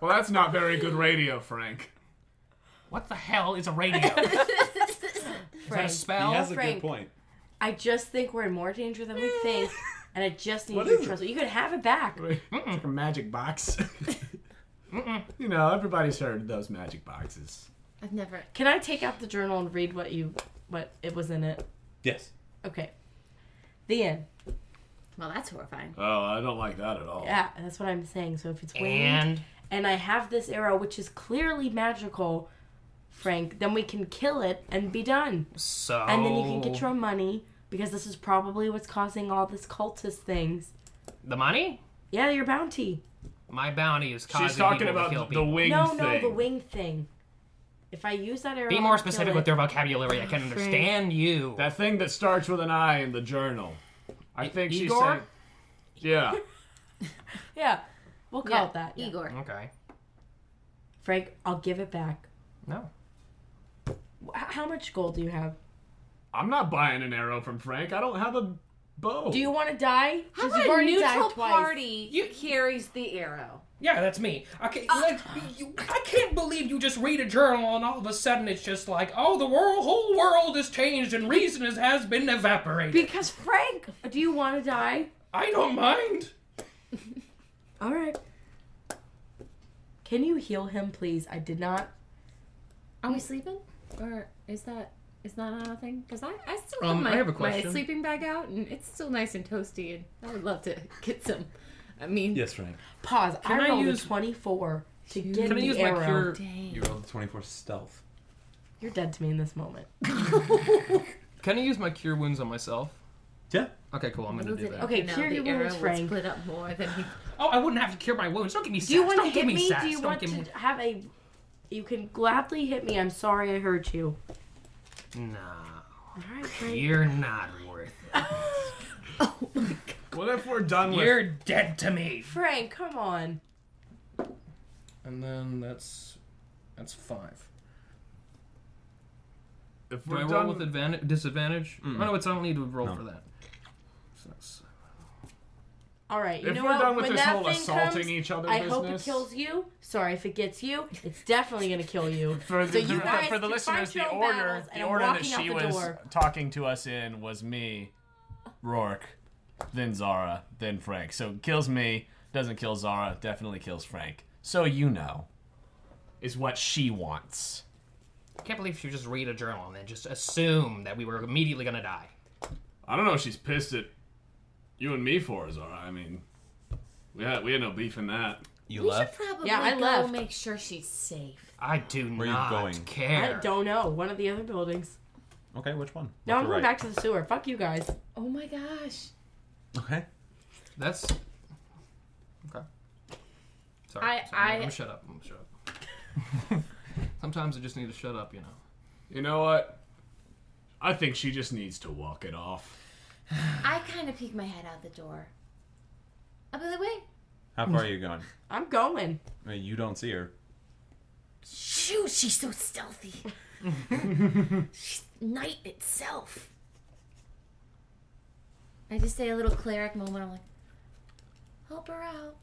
Speaker 5: Well, that's not very good radio, Frank.
Speaker 4: What the hell is a radio?
Speaker 11: Frank,
Speaker 4: spell? He has a good
Speaker 11: Frank,
Speaker 4: point.
Speaker 11: I just think we're in more danger than we think, and I just need
Speaker 5: What
Speaker 11: you
Speaker 5: is
Speaker 11: to
Speaker 5: it?
Speaker 11: trust. You could have it back.
Speaker 5: It's like a magic box. You know, everybody's heard of those magic boxes.
Speaker 7: I've never.
Speaker 11: Can I take out the journal and read what you what it was in it?
Speaker 6: Yes.
Speaker 11: Okay. The end.
Speaker 7: Well, that's horrifying.
Speaker 5: Oh, I don't like that at all.
Speaker 11: Yeah, Ah, that's what I'm saying. So if it's winged,
Speaker 5: And?
Speaker 11: and, I have this arrow, which is clearly magical, Frank, then we can kill it and be done.
Speaker 4: So.
Speaker 11: And then you can get
Speaker 4: Oh.
Speaker 11: your money because this is probably what's causing all this cultist things.
Speaker 4: The money?
Speaker 11: Yeah, your bounty.
Speaker 4: My bounty is causing
Speaker 5: talking
Speaker 4: people
Speaker 5: about
Speaker 4: to kill
Speaker 5: the
Speaker 4: people.
Speaker 5: wing
Speaker 11: no, no, the wing thing. If I use that arrow,
Speaker 4: Be
Speaker 11: I'll
Speaker 4: more
Speaker 11: kill
Speaker 4: specific
Speaker 11: it.
Speaker 4: with your vocabulary. I can understand you.
Speaker 5: That thing that starts with an I in the journal. I think she
Speaker 4: Igor?
Speaker 5: said. Yeah.
Speaker 11: Yeah, we'll call it that. yeah.
Speaker 7: Igor.
Speaker 4: Okay.
Speaker 11: Frank, I'll give it back.
Speaker 4: No.
Speaker 11: Wh- How much gold do you have?
Speaker 5: I'm not buying an arrow from Frank. I don't have a bow.
Speaker 11: Do you want to die?
Speaker 7: How
Speaker 11: 'Cause
Speaker 7: about
Speaker 11: you've
Speaker 7: a
Speaker 11: already
Speaker 7: neutral
Speaker 11: died twice.
Speaker 7: party carries the arrow?
Speaker 4: Yeah, that's me. Okay,
Speaker 11: Uh,
Speaker 4: like, you, I can't believe you just read a journal and all of a sudden it's just like, oh, the world, whole world has changed and reason is, has been evaporated.
Speaker 11: Because Frank, do you want to die?
Speaker 4: I don't mind.
Speaker 11: All right. Can you heal him, please? I did not.
Speaker 7: Are we sleeping, or is that is that not a thing? Because I, I still
Speaker 8: Um,
Speaker 7: have, my,
Speaker 8: I have a
Speaker 7: my
Speaker 8: question.
Speaker 7: sleeping bag out, and it's still nice and toasty, and I would love to get some. I mean,
Speaker 6: Yes, Frank.
Speaker 11: Pause.
Speaker 8: Can
Speaker 11: I
Speaker 8: I
Speaker 11: rolled
Speaker 8: use-
Speaker 11: a twenty-four to get
Speaker 8: Can I
Speaker 11: the
Speaker 8: use my
Speaker 11: arrow.
Speaker 8: cure-
Speaker 6: You rolled a 24 stealth.
Speaker 11: You're dead to me in this moment.
Speaker 8: Can I use my cure wounds on myself?
Speaker 6: Yeah.
Speaker 8: Okay, cool. I'm gonna do that.
Speaker 11: Okay,
Speaker 7: now
Speaker 11: cure
Speaker 7: the
Speaker 11: your
Speaker 7: arrow
Speaker 11: wounds,
Speaker 7: will
Speaker 11: Frank.
Speaker 7: split up more than he.
Speaker 4: Oh, I wouldn't have to cure my wounds. Don't give me sass.
Speaker 11: Do you want
Speaker 4: don't
Speaker 11: to
Speaker 4: give
Speaker 11: hit
Speaker 4: me,
Speaker 11: me?
Speaker 4: sass.
Speaker 11: Do you
Speaker 4: don't
Speaker 11: want
Speaker 4: give
Speaker 11: to
Speaker 4: me...
Speaker 11: have a? You can gladly hit me. I'm sorry I hurt you.
Speaker 4: No.
Speaker 11: All right, Frank.
Speaker 4: You're not worth it.
Speaker 5: What if we're done with?
Speaker 4: You're dead to me.
Speaker 11: Frank, come on.
Speaker 8: And then that's that's five.
Speaker 5: If
Speaker 8: Do I
Speaker 5: we're
Speaker 8: roll
Speaker 5: done
Speaker 8: with advantage, disadvantage? Oh, no, it's I don't need to roll for that. So that's-
Speaker 11: All right. You
Speaker 5: If
Speaker 11: know
Speaker 5: we're
Speaker 11: what?
Speaker 5: done with
Speaker 11: when
Speaker 5: this
Speaker 11: that
Speaker 5: whole
Speaker 11: thing
Speaker 5: assaulting
Speaker 11: comes,
Speaker 5: each other
Speaker 11: I hope it
Speaker 5: business.
Speaker 11: kills you. Sorry if it gets you. It's definitely gonna kill you.
Speaker 5: For
Speaker 11: So
Speaker 5: the,
Speaker 11: you
Speaker 5: for-
Speaker 11: guys
Speaker 5: for the
Speaker 11: can
Speaker 5: listeners,
Speaker 11: fight your
Speaker 5: the
Speaker 11: own
Speaker 5: order,
Speaker 11: battles,
Speaker 5: the
Speaker 11: and I'm
Speaker 5: order that
Speaker 11: walking out
Speaker 5: she
Speaker 11: the
Speaker 5: was
Speaker 11: door.
Speaker 5: talking to us in was me, Rourke, then Zara, then Frank. So kills me, doesn't kill Zara, definitely kills Frank. So you know, is what she wants.
Speaker 4: I can't believe she just read a journal and then just assume that we were immediately gonna die.
Speaker 5: I don't know. if She's pissed at you and me for it, Zara. I mean, we had we had no beef in that.
Speaker 6: You
Speaker 7: We
Speaker 6: left?
Speaker 7: should probably
Speaker 11: Yeah, I
Speaker 7: go
Speaker 11: left.
Speaker 7: make sure she's safe.
Speaker 4: I do
Speaker 6: Where are you
Speaker 4: not
Speaker 6: going?
Speaker 11: I
Speaker 4: care.
Speaker 11: don't know. One of the other buildings.
Speaker 6: Okay, which one?
Speaker 11: No,
Speaker 6: Left
Speaker 11: I'm
Speaker 6: or
Speaker 11: going
Speaker 6: right?
Speaker 11: back to the sewer. Fuck you guys.
Speaker 7: Oh my gosh!
Speaker 6: Okay.
Speaker 8: That's okay. Sorry.
Speaker 7: I-
Speaker 8: sorry, I'm
Speaker 7: I-
Speaker 8: gonna shut up. I'm gonna shut up. Sometimes I just need to shut up, you know.
Speaker 5: You know what? I think she just needs to walk it off.
Speaker 7: I kind of peek my head out the door. I'll be like, wait,
Speaker 12: How far are you going?
Speaker 11: I'm going.
Speaker 12: I mean, you don't see her.
Speaker 7: shoot, she's so stealthy. she's night itself. I just say a little cleric moment. I'm like, help her out.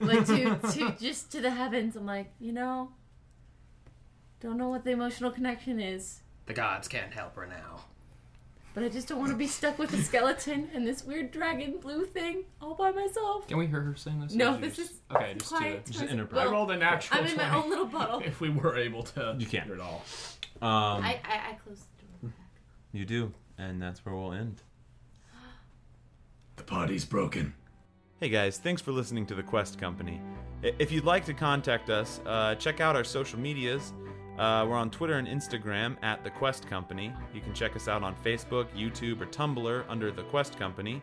Speaker 7: like to, to just to the heavens. I'm like, you know, don't know what the emotional connection is,
Speaker 4: The gods can't help her now.
Speaker 7: but I just don't want to be stuck with a skeleton and this weird dragon blue thing all by myself.
Speaker 4: Can we hear her sing this?
Speaker 7: No,
Speaker 4: Or
Speaker 7: this
Speaker 4: just-
Speaker 7: is
Speaker 4: okay. Just
Speaker 7: quiet.
Speaker 4: to
Speaker 7: Just
Speaker 4: just
Speaker 7: interpret.
Speaker 4: I rolled a natural.
Speaker 7: I'm in my
Speaker 4: 20.
Speaker 7: own little bubble.
Speaker 4: If we were able to,
Speaker 12: You can't.
Speaker 4: at all.
Speaker 12: Um,
Speaker 7: I, I, I close the door.
Speaker 12: you do, and that's where we'll end.
Speaker 6: The party's broken. Hey guys, thanks for listening to the Quest Company. I- If you'd like to contact us, uh, check out our social medias. Uh, we're on Twitter and Instagram at the Quest Company. You can check us out on Facebook, YouTube, or Tumblr under the Quest Company.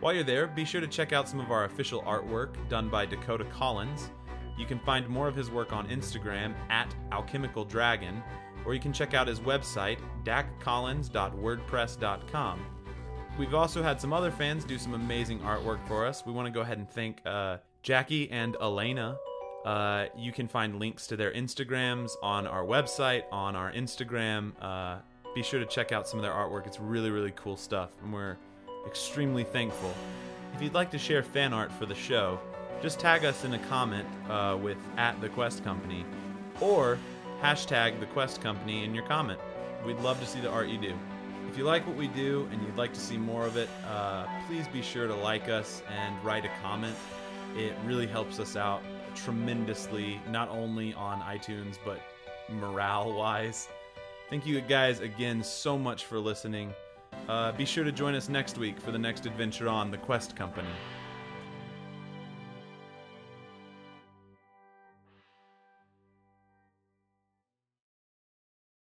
Speaker 6: While you're there, be sure to check out some of our official artwork done by Dakota Collins. You can find more of his work on Instagram at Alchemical Dragon, or you can check out his website, dakcollins.wordpress.com. We've also had some other fans do some amazing artwork for us. We want to go ahead and thank uh, Jackie and Elena. Uh, you can find links to their Instagrams on our website, on our Instagram. Uh, be sure to check out some of their artwork. It's really, really cool stuff, and we're extremely thankful. If you'd like to share fan art for the show, just tag us in a comment uh, with at the Quest Company or hashtag the Quest Company in your comment. We'd love to see the art you do. If you like what we do and you'd like to see more of it, uh, please be sure to like us and write a comment. It really helps us out tremendously, not only on iTunes, but morale wise. Thank you guys again so much for listening. Uh, be sure to join us next week for the next adventure on The Quest Company.